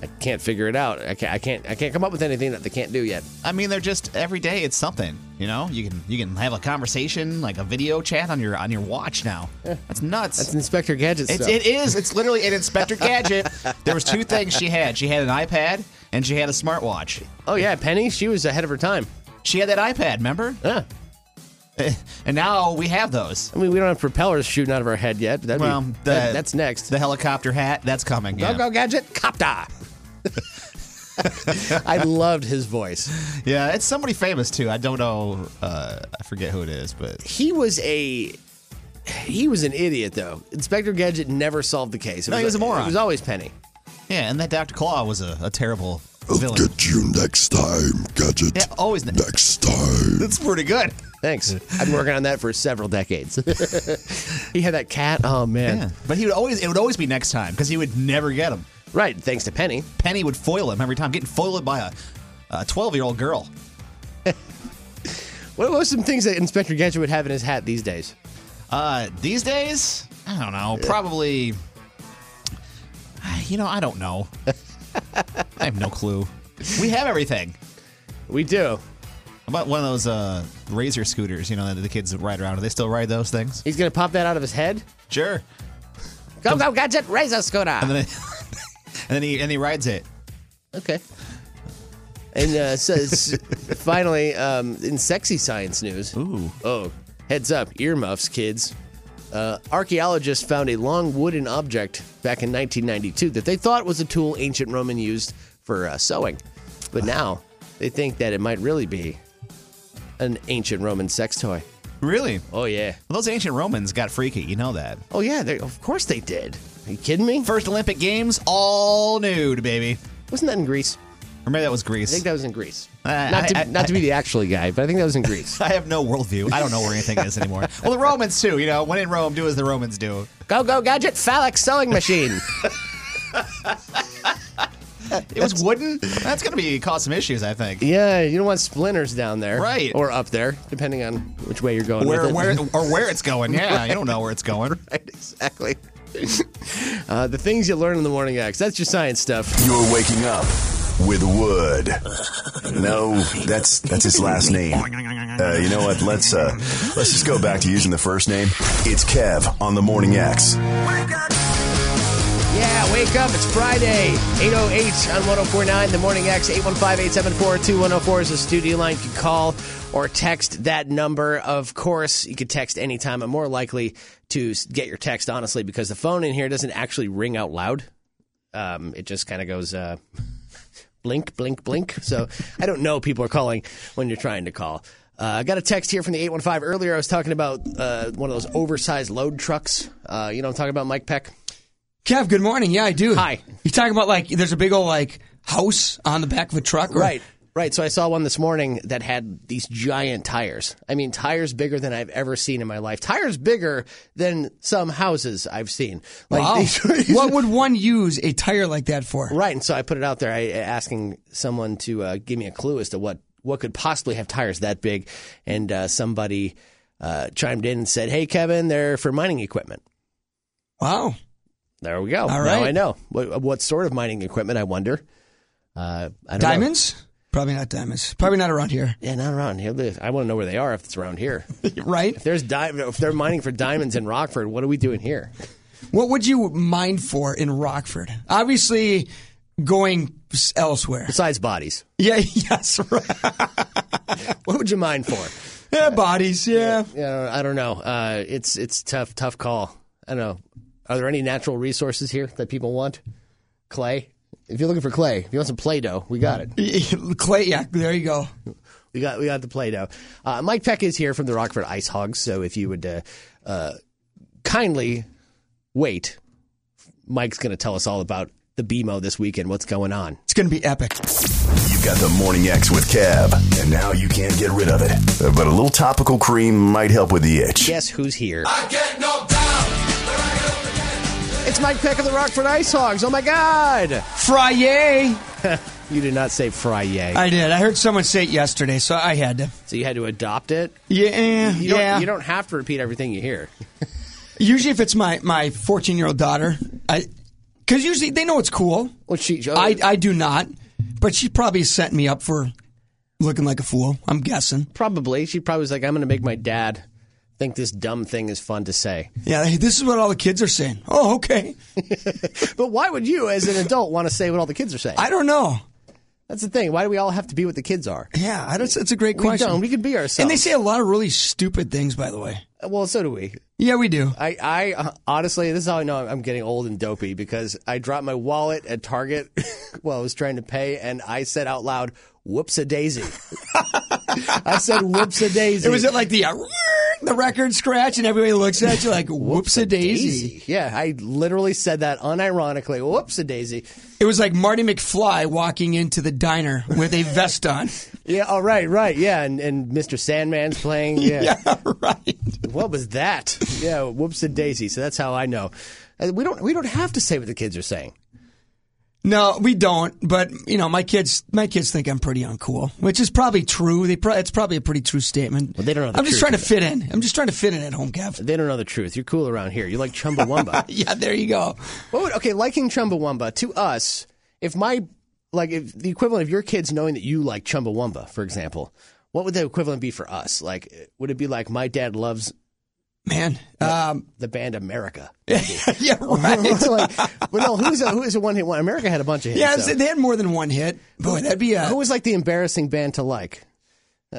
Speaker 3: I can't figure it out. I can't I can't I can't come up with anything that they can't do yet.
Speaker 4: I mean, they're just every day. It's something. You know, you can you can have a conversation like a video chat on your on your watch now. That's nuts.
Speaker 3: That's Inspector Gadget
Speaker 4: It's,
Speaker 3: stuff.
Speaker 4: it is. It's literally an Inspector Gadget. there was two things she had. She had an iPad and she had a smartwatch.
Speaker 3: oh yeah, Penny, she was ahead of her time.
Speaker 4: She had that iPad. Remember?
Speaker 3: Yeah.
Speaker 4: And now we have those.
Speaker 3: I mean, we don't have propellers shooting out of our head yet. But that'd
Speaker 4: Well,
Speaker 3: be,
Speaker 4: the-
Speaker 3: that- that's next.
Speaker 4: The helicopter hat. That's coming.
Speaker 3: Go
Speaker 4: Yeah.
Speaker 3: go gadget, copta. I loved his voice.
Speaker 4: Yeah, It's somebody famous too. I don't know. Uh, I forget who it is, but
Speaker 3: He was a he was an idiot though. Inspector Gadget never solved the case. It
Speaker 4: No, he was a moron.
Speaker 3: It was always Penny.
Speaker 4: yeah. And that Dr. Claw was a, a terrible villain.
Speaker 1: you next time, Gadget.
Speaker 4: Yeah, always
Speaker 1: next time.
Speaker 4: That's pretty good.
Speaker 3: Thanks. I've been working on that for several decades. he had that cat. Oh man.
Speaker 4: Yeah. But he would always it would always be next time because he would never get him.
Speaker 3: Right. Thanks to Penny.
Speaker 4: Penny would foil him every time, getting foiled by a- a twelve year old girl.
Speaker 3: What were some things that Inspector Gadget would have in his hat these days?
Speaker 4: Uh, these days, I don't know. Probably, you know, I don't know. I have no clue. We have everything.
Speaker 3: We do.
Speaker 4: How About one of those uh, razor scooters, you know, that the kids ride around. Do they still ride those things?
Speaker 3: He's gonna pop that out of his head.
Speaker 4: Sure.
Speaker 3: Go go gadget, razor scooter.
Speaker 4: And then, and then he and he rides it.
Speaker 3: Okay. And uh, says, finally, um, in sexy science news.
Speaker 4: Ooh.
Speaker 3: Oh, heads up, earmuffs, kids. Uh, archaeologists found a long wooden object back in 1992 that they thought was a tool ancient Roman used for uh, sewing. But now they think that it might really be an ancient Roman sex toy.
Speaker 4: Really?
Speaker 3: Oh, yeah.
Speaker 4: Well, those ancient Romans got freaky. You know that.
Speaker 3: Oh, yeah. They, of course they did. Are you kidding me?
Speaker 4: First Olympic Games, all nude, baby.
Speaker 3: Wasn't that in Greece?
Speaker 4: Or maybe that was
Speaker 3: I
Speaker 4: Greece.
Speaker 3: think that was in Greece.
Speaker 4: Uh,
Speaker 3: not to,
Speaker 4: I- I-
Speaker 3: not to be the actual guy, but I think that was in Greece.
Speaker 4: I have no worldview. I don't know where anything is anymore. Well, the Romans too. You know, when in Rome, do as the Romans do.
Speaker 3: Go, go, gadget, phallic sewing machine.
Speaker 4: It was wooden. That's gonna be cause some issues, I think.
Speaker 3: yeah, you don't want splinters down there.
Speaker 4: Right.
Speaker 3: Or up there, depending on which way you're going.
Speaker 4: Where,
Speaker 3: with it.
Speaker 4: where, or where it's going? Yeah, you don't know where it's going.
Speaker 3: exactly. uh, the things you learn in the morning acts. That's your science stuff.
Speaker 1: You're waking up with Wood. No, that's that's his last name. Uh, you know what? Let's uh, let's just go back to using the first name. It's Kev on the Morning X.
Speaker 10: Wake up.
Speaker 3: Yeah, wake up. It's Friday. 808 on 1049, the Morning X, 815 874 2104 is the studio line. You can call or text that number. Of course, you could text anytime. I'm more likely to s- get your text, honestly, because the phone in here doesn't actually ring out loud. Um, it just kind of goes. Uh, blink, blink, blink. So I don't know people are calling when you're trying to call. Uh, I got a text here from the 815 earlier. I was talking about uh, one of those oversized load trucks. Uh, you know what I'm talking about, Mike Peck?
Speaker 11: Kev, good morning. Yeah, I do.
Speaker 3: Hi.
Speaker 11: You talking about like there's a big old like house on the back of a truck, or-
Speaker 3: Right, right. So I saw one this morning that had these giant tires. I mean, tires bigger than I've ever seen in my life. Tires bigger than some houses I've seen.
Speaker 11: wow.
Speaker 3: these-
Speaker 11: what would one use a tire like that for?
Speaker 3: Right, and so I put it out there, I, asking someone to uh, give me a clue as to what what could possibly have tires that big, and uh, somebody uh, chimed in and said, "Hey, Kevin, they're for mining equipment."
Speaker 11: Wow,
Speaker 3: there we go. now
Speaker 11: right.
Speaker 3: I know what, what sort of mining equipment. I wonder. Uh, I don't know.
Speaker 11: Diamonds? Probably not diamonds. Probably not around here.
Speaker 3: Yeah, not around here. I want to know where they are if it's around here.
Speaker 11: right.
Speaker 3: If there's di- if they're mining for diamonds in Rockford, what are we doing here?
Speaker 11: What would you mind for in Rockford? Obviously, going s- elsewhere.
Speaker 3: Besides bodies.
Speaker 11: Yeah. Yes. Right.
Speaker 3: what would you mind for?
Speaker 11: Yeah, bodies. Yeah.
Speaker 3: Yeah, I don't know. Uh, it's it's tough, tough call. I don't know. Are there any natural resources here that people want? Clay. If you're looking for clay, if you want some Play-Doh, we got
Speaker 11: it. clay. Yeah. There you go.
Speaker 3: We got we got the Play-Doh. Uh, Mike Peck is here from the Rockford Ice Hogs. So if you would uh, uh, kindly wait, Mike's going to tell us all about the BMO this weekend. What's going on?
Speaker 11: It's going to be epic.
Speaker 1: You've got the Morning X with Cab, and now you can't get rid of it. Uh, But a little topical cream might help with the itch.
Speaker 3: Guess who's here?
Speaker 15: It's Mike Peck of the Rockford Ice Hogs. Oh my God!
Speaker 11: Frye.
Speaker 3: you did not say Frye.
Speaker 11: I did. I heard someone say it yesterday, so I had to.
Speaker 3: So you had to adopt it.
Speaker 11: Yeah.
Speaker 3: You don't,
Speaker 11: yeah.
Speaker 3: You don't have to repeat everything you hear.
Speaker 11: Usually, if it's my my fourteen year old daughter, I because usually they know it's cool.
Speaker 3: Well, she, uh,
Speaker 11: I I do not, but she probably sent me up for looking like a fool. I'm guessing.
Speaker 3: Probably. She probably was like, I'm going to make my dad think this dumb thing is fun to say.
Speaker 11: Yeah, hey, this is what all the kids are saying. Oh, okay.
Speaker 3: But why would you, as an adult, want to say what all the kids are saying?
Speaker 11: I don't know.
Speaker 3: That's the thing. Why do we all have to be what the kids are?
Speaker 11: Yeah, I don't, it's a great
Speaker 3: We
Speaker 11: question.
Speaker 3: don't. We can be ourselves.
Speaker 11: And they say a lot of really stupid things, by the way.
Speaker 3: Well, so do we.
Speaker 11: Yeah, we do.
Speaker 3: I, I uh, honestly, this is how I know I'm getting old and dopey because I dropped my wallet at Target while I was trying to pay, and I said out loud, "Whoops a daisy." I said, "Whoops a daisy."
Speaker 11: It was at like the uh, the record scratch, and everybody looks at you like, "Whoops a daisy."
Speaker 3: Yeah, I literally said that unironically. Whoops a daisy.
Speaker 11: It was like Marty McFly walking into the diner with a vest on.
Speaker 3: Yeah, oh, right, right. Yeah, and, and Mr. Sandman's playing. Yeah.
Speaker 11: right.
Speaker 3: What was that? Yeah, whoops and daisy. So that's how I know. Uh, We don't we don't have to say what the kids are saying.
Speaker 11: No, we don't. But you know, my kids, my kids think I'm pretty uncool, which is probably true. They, pro- it's probably a pretty true statement.
Speaker 3: Well, they don't know the
Speaker 11: I'm just
Speaker 3: truth
Speaker 11: trying to
Speaker 3: of
Speaker 11: fit in. I'm just trying to fit in at home, Kev.
Speaker 3: They don't know the truth. You're cool around here. You're like Chumbawamba.
Speaker 11: yeah, there you go.
Speaker 3: What would, okay, liking Chumbawamba to us, if my like if the equivalent of your kids knowing that you like Chumbawamba, for example, what would the equivalent be for us? Like, would it be like my dad loves
Speaker 11: man um,
Speaker 3: the band America?
Speaker 11: yeah, right.
Speaker 3: like, but no, who's a, who is a one hit one? America had a bunch of hits.
Speaker 11: Yeah,
Speaker 3: so.
Speaker 11: they had more than one hit. Boy, that'd be a.
Speaker 3: Who was like the embarrassing band to like?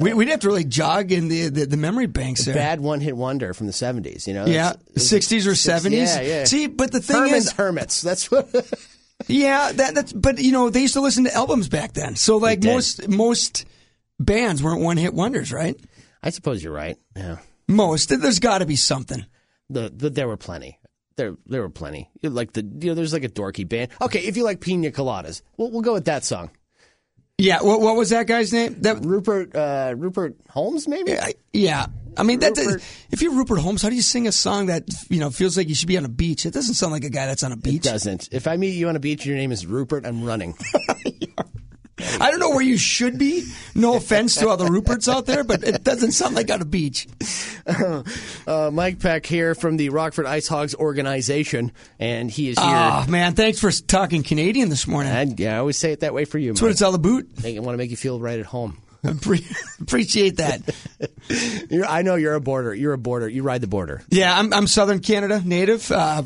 Speaker 11: we, we'd have to really jog in the the, the memory banks there.
Speaker 3: Bad one hit wonder from the seventies. You know,
Speaker 11: Yeah,
Speaker 3: It's- it's-
Speaker 11: 60s or 70s?
Speaker 3: Yeah, yeah.
Speaker 11: See, but the thing
Speaker 3: Herman's
Speaker 11: is-
Speaker 3: Hermits. That's what.
Speaker 11: Yeah, that, that's. But you know, they used to listen to albums back then. So like
Speaker 3: They did.
Speaker 11: most most bands weren't one hit wonders, right?
Speaker 3: I suppose you're right. Yeah,
Speaker 11: Most. There's got to be something.
Speaker 3: the, the there were plenty. There there were plenty. You Like the you know, there's like a dorky band. Okay, if you like Pina Coladas, we'll, we'll go with that song.
Speaker 11: Yeah. What, what was that guy's name? That
Speaker 3: Rupert uh, Rupert Holmes, maybe.
Speaker 11: Yeah. Yeah. I mean, that
Speaker 3: Rupert-
Speaker 11: if you're Rupert Holmes, how do you sing a song that you know feels like you should be on a beach? It doesn't sound like a guy that's on a beach.
Speaker 3: Doesn't. If I meet you on a beach, and your name is Rupert. I'm running.
Speaker 11: I don't know where you should be. No offense to all the Ruperts out there, but it doesn't sound like on a beach.
Speaker 3: uh, Mike Peck here from the Rockford Ice Hogs organization, and he is here.
Speaker 11: Ah, man, thanks for talking Canadian this morning.
Speaker 3: And yeah, I always say it that way for you.
Speaker 11: That's what
Speaker 3: Mike.
Speaker 11: it's all about.
Speaker 3: I want to make you feel right at home.
Speaker 11: Appre- appreciate that.
Speaker 3: You're, I know you're a border. You're a border. You ride the border.
Speaker 11: Yeah, I'm, I'm Southern Canada native, uh,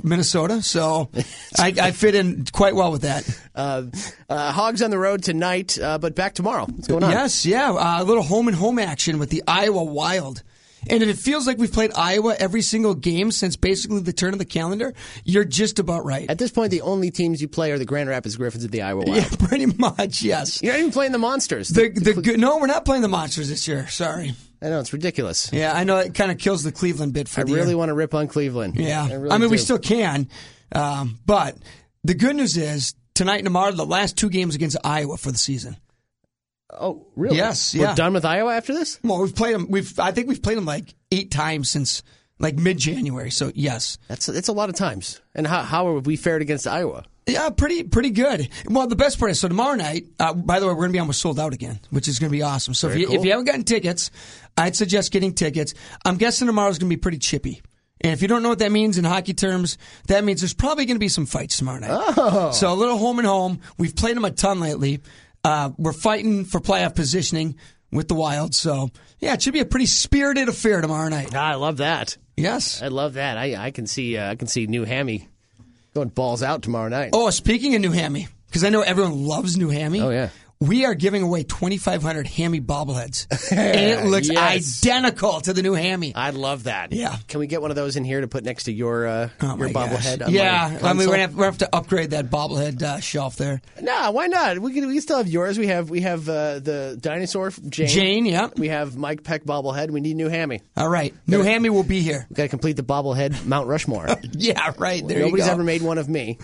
Speaker 11: Minnesota, so I, I fit in quite well with that.
Speaker 3: Uh, uh, Hogs on the road tonight, uh, but back tomorrow. What's going on?
Speaker 11: Yes, yeah, uh, a little home and home action with the Iowa Wild. And if it feels like we've played Iowa every single game since basically the turn of the calendar, you're just about right.
Speaker 3: At this point, the only teams you play are the Grand Rapids Griffins of the Iowa Wild.
Speaker 11: Yeah, pretty much. Yes.
Speaker 3: You're not even playing the Monsters.
Speaker 11: The, the, good no, we're not playing the Monsters this year. Sorry.
Speaker 3: I know it's ridiculous.
Speaker 11: Yeah, I know it kind of kills the Cleveland bit for
Speaker 3: I
Speaker 11: the
Speaker 3: really
Speaker 11: year.
Speaker 3: want to rip on Cleveland.
Speaker 11: Yeah, I,
Speaker 3: really
Speaker 11: mean, we
Speaker 3: do.
Speaker 11: still can, um, but the good news is tonight and tomorrow the last two games against Iowa for the season.
Speaker 3: Oh, really?
Speaker 11: Yes,
Speaker 3: We're
Speaker 11: yeah.
Speaker 3: done with Iowa after this.
Speaker 11: Well, we've played them. We've I think we've played them like eight times since like mid January. So yes,
Speaker 3: that's it's a lot of times. And how how are we fared against Iowa?
Speaker 11: Yeah, pretty pretty good. Well, the best part is so tomorrow night. Uh, by the way, we're going to be almost sold out again, which is going to be awesome. So if
Speaker 3: Very
Speaker 11: you,
Speaker 3: cool.
Speaker 11: if you haven't gotten tickets, I'd suggest getting tickets. I'm guessing tomorrow's going to be pretty chippy. And if you don't know what that means in hockey terms, that means there's probably going to be some fights tomorrow night.
Speaker 3: Oh.
Speaker 11: So a little home and home. We've played them a ton lately. Uh, we're fighting for playoff positioning with the Wild. So yeah, it should be a pretty spirited affair tomorrow night.
Speaker 3: Ah, I love that.
Speaker 11: Yes,
Speaker 3: I love that. I I can see uh, I can see New Hammy going balls out tomorrow night.
Speaker 11: Oh, speaking of New Hammy, because I know everyone loves New Hammy. Oh
Speaker 3: yeah.
Speaker 11: We are giving away 2,500 hammy bobbleheads, and it looks
Speaker 3: Yes.
Speaker 11: identical to the new hammy.
Speaker 3: I love that.
Speaker 11: Yeah. Oh
Speaker 3: Can we get one of those in here to put next to your uh, your bobblehead? on my
Speaker 11: Yeah, I mean, we're
Speaker 3: console?
Speaker 11: gonna, have, we're gonna have to upgrade that bobblehead uh, shelf there.
Speaker 3: Nah, why not? We can we can still have yours. We have we have uh, the dinosaur Jane.
Speaker 11: Jane, yeah.
Speaker 3: We have Mike Peck bobblehead. We need new hammy.
Speaker 11: All right, new
Speaker 3: Gotta-
Speaker 11: hammy will be here.
Speaker 3: We got to complete the bobblehead Mount Rushmore.
Speaker 11: Yeah, right there.
Speaker 3: Nobody's
Speaker 11: you go.
Speaker 3: ever made one of me.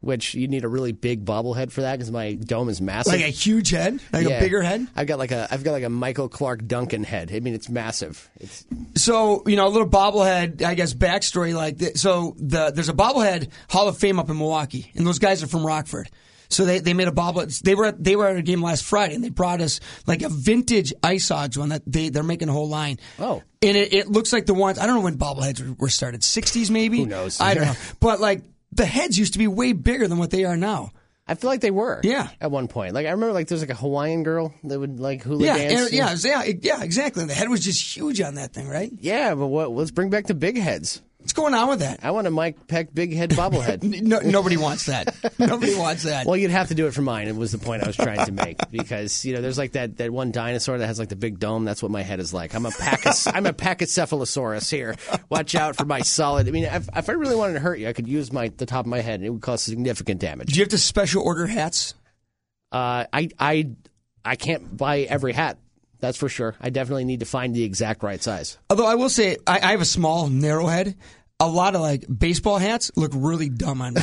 Speaker 3: Which you need a really big bobblehead for that because my dome is massive.
Speaker 11: like a huge head, like
Speaker 3: Yeah.
Speaker 11: a bigger head.
Speaker 3: I've got like a I've got like a Michael Clark Duncan head. I mean, it's massive. It's
Speaker 11: So you know, a little bobblehead, I guess, backstory. Like, th- so the there's a bobblehead Hall of Fame up in Milwaukee, and those guys are from Rockford. So they, they made a bobblehead. They were at, they were at a game last Friday, and they brought us like a vintage Ice Odds one that they they're making a whole line. Oh, and it, it looks like the ones I don't know when bobbleheads were, were started, 60s maybe. Who knows? I don't know, but like the heads used to be way bigger than what they are now.
Speaker 3: I feel like they were.
Speaker 11: Yeah.
Speaker 3: At one point, like I remember, like there's like a Hawaiian girl that would like hula
Speaker 11: Yeah,
Speaker 3: dance.
Speaker 11: and- yeah, yeah, e, yeah, exactly. The head was just huge on that thing, right?
Speaker 3: Yeah, but what? Let's bring back the big heads.
Speaker 11: What's going on with that?
Speaker 3: I want a Mike Peck big head bobblehead.
Speaker 11: No, nobody wants that. Nobody wants that.
Speaker 3: Well, you'd have to do it for mine. It was the point I was trying to make because you know there's like that, that one dinosaur that has like the big dome. That's what my head is like. I'm a pachyc- I'm a pachycephalosaurus here. Watch out for my solid. I mean, if, if I really wanted to hurt you, I could use my the top of my head, and it would cause significant damage.
Speaker 11: Do you have to special order hats?
Speaker 3: Uh, I I I can't buy every hat. That's for sure. I definitely need to find the exact right size.
Speaker 11: Although I will say, I, I have a small, narrow head. A lot of like baseball hats look really dumb on me.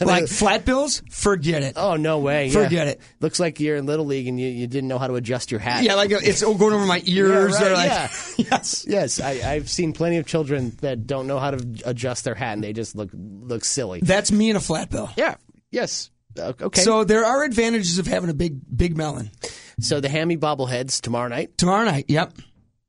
Speaker 11: like flat bills, forget it.
Speaker 3: Oh no way! Yeah.
Speaker 11: Forget it.
Speaker 3: Looks like you're in little league and you, you didn't know how to adjust your hat.
Speaker 11: Yeah, like it's all going over my ears.
Speaker 3: Yeah,
Speaker 11: or
Speaker 3: right,
Speaker 11: like,
Speaker 3: yeah.
Speaker 11: yes,
Speaker 3: yes. I, I've seen plenty of children that don't know how to adjust their hat and they just look look silly.
Speaker 11: that's me in a flat bill.
Speaker 3: yeah. Yes. Uh, okay.
Speaker 11: So there are advantages of having a big, big melon.
Speaker 3: so the hammy bobbleheads tomorrow night.
Speaker 11: Tomorrow night, yep,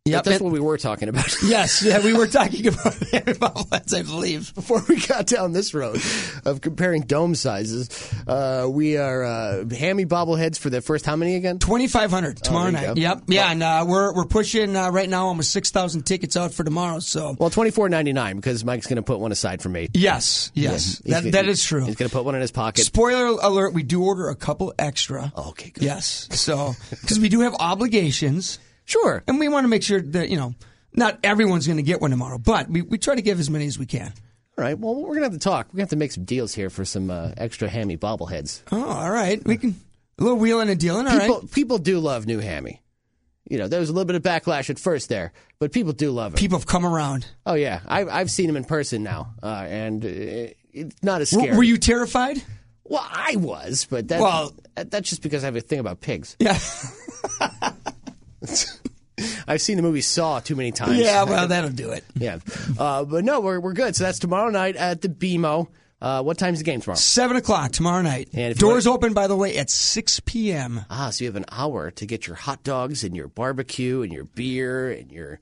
Speaker 11: yep.
Speaker 3: That's
Speaker 11: and-
Speaker 3: what we were talking about.
Speaker 11: yes, yeah. We were talking about bobbleheads, I believe.
Speaker 3: before we got down this road of comparing dome sizes, uh, we are uh, hammy bobbleheads for the first how many again?
Speaker 11: Twenty five hundred tomorrow
Speaker 3: Oh, there you
Speaker 11: night.
Speaker 3: go. Oh.
Speaker 11: Yep, yeah, and uh, we're we're pushing uh, right now almost six thousand tickets out for tomorrow. So
Speaker 3: Well, twenty four ninety nine because Mike's going to put one aside for me.
Speaker 11: yes, yes,
Speaker 3: He's
Speaker 11: that,
Speaker 3: gonna-
Speaker 11: that is true.
Speaker 3: He's going to put one in his pocket.
Speaker 11: Spoiler alert: We do order a couple extra.
Speaker 3: Oh, Okay, good.
Speaker 11: Yes, so because we do have obligations,
Speaker 3: Sure.
Speaker 11: and we want to make sure that you know not everyone's going to get one tomorrow, but we, we try to give as many as we can.
Speaker 3: All right. Well, we're going to have to talk. We're going to have to make some deals here for some uh, extra hammy bobbleheads.
Speaker 11: Oh, all right, we can a little wheeling and dealing. All right,
Speaker 3: people, people do love new hammy. You know, there was a little bit of backlash at first there, but people do love him.
Speaker 11: people have come around.
Speaker 3: oh yeah, I've I've seen him in person now, uh, and uh, it's not as
Speaker 11: W-
Speaker 3: scary.
Speaker 11: were you terrified?
Speaker 3: Well, I was, but that,
Speaker 11: Well-
Speaker 3: that- that's just because I have a thing about pigs.
Speaker 11: Yeah,
Speaker 3: I've seen the movie Saw too many times.
Speaker 11: yeah. Well, that'll do it.
Speaker 3: yeah. Uh, but no, we're we're good. So that's tomorrow night at the BMO. Uh, what time's the game tomorrow?
Speaker 11: Seven o'clock tomorrow night.
Speaker 3: And if you
Speaker 11: Doors open, by the way, at six p.m.
Speaker 3: Ah, so you have an hour to get your hot dogs and your barbecue and your beer and your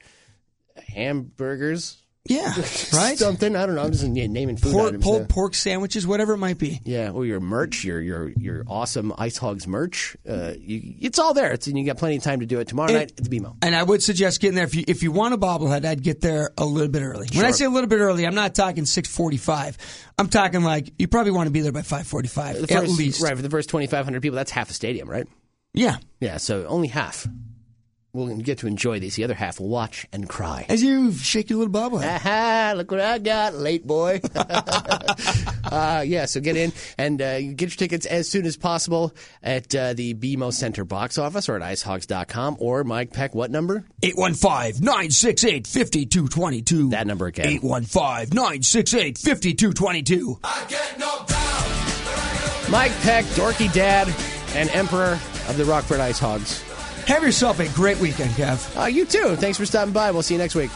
Speaker 3: hamburgers.
Speaker 11: Yeah, right.
Speaker 3: Something I don't know. I'm just yeah, naming food
Speaker 11: Pork,
Speaker 3: items.
Speaker 11: pulled
Speaker 3: now.
Speaker 11: pork sandwiches, whatever it might be.
Speaker 3: Yeah, or your merch, your your your awesome Ice Hogs merch. Uh, you, it's all there. It's and you got plenty of time to do it tomorrow night at the BMO.
Speaker 11: And I would suggest getting there if you if you want a bobblehead, I'd get there a little bit early. When I
Speaker 3: Sure.
Speaker 11: say a little bit early, I'm not talking 6:45. I'm talking like you probably want to be there by 5:45
Speaker 3: The
Speaker 11: at
Speaker 3: first-
Speaker 11: least.
Speaker 3: right for the first 2,500 people. That's half a stadium, right?
Speaker 11: Yeah,
Speaker 3: yeah. So only half. We'll get to enjoy these. The other half will watch and cry.
Speaker 11: As you shake your little bobblehead.
Speaker 3: Aha, look what I got, late boy. uh, yeah, so get in and uh, you get your tickets as soon as possible at uh, the BMO Center box office or at icehogs.com or Mike Peck, what number?
Speaker 11: 815-968-5222.
Speaker 3: That number again.
Speaker 11: 815-968-5222.
Speaker 3: Mike Peck, Dorky Dad, and Emperor of the Rockford Ice Hogs.
Speaker 11: Have yourself a great weekend, Kev.
Speaker 3: Uh, you too. Thanks for stopping by. We'll see you next week.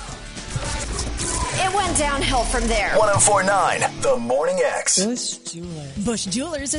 Speaker 16: It went downhill from there.
Speaker 1: 1049, The Morning X.
Speaker 16: Bush Jewelers is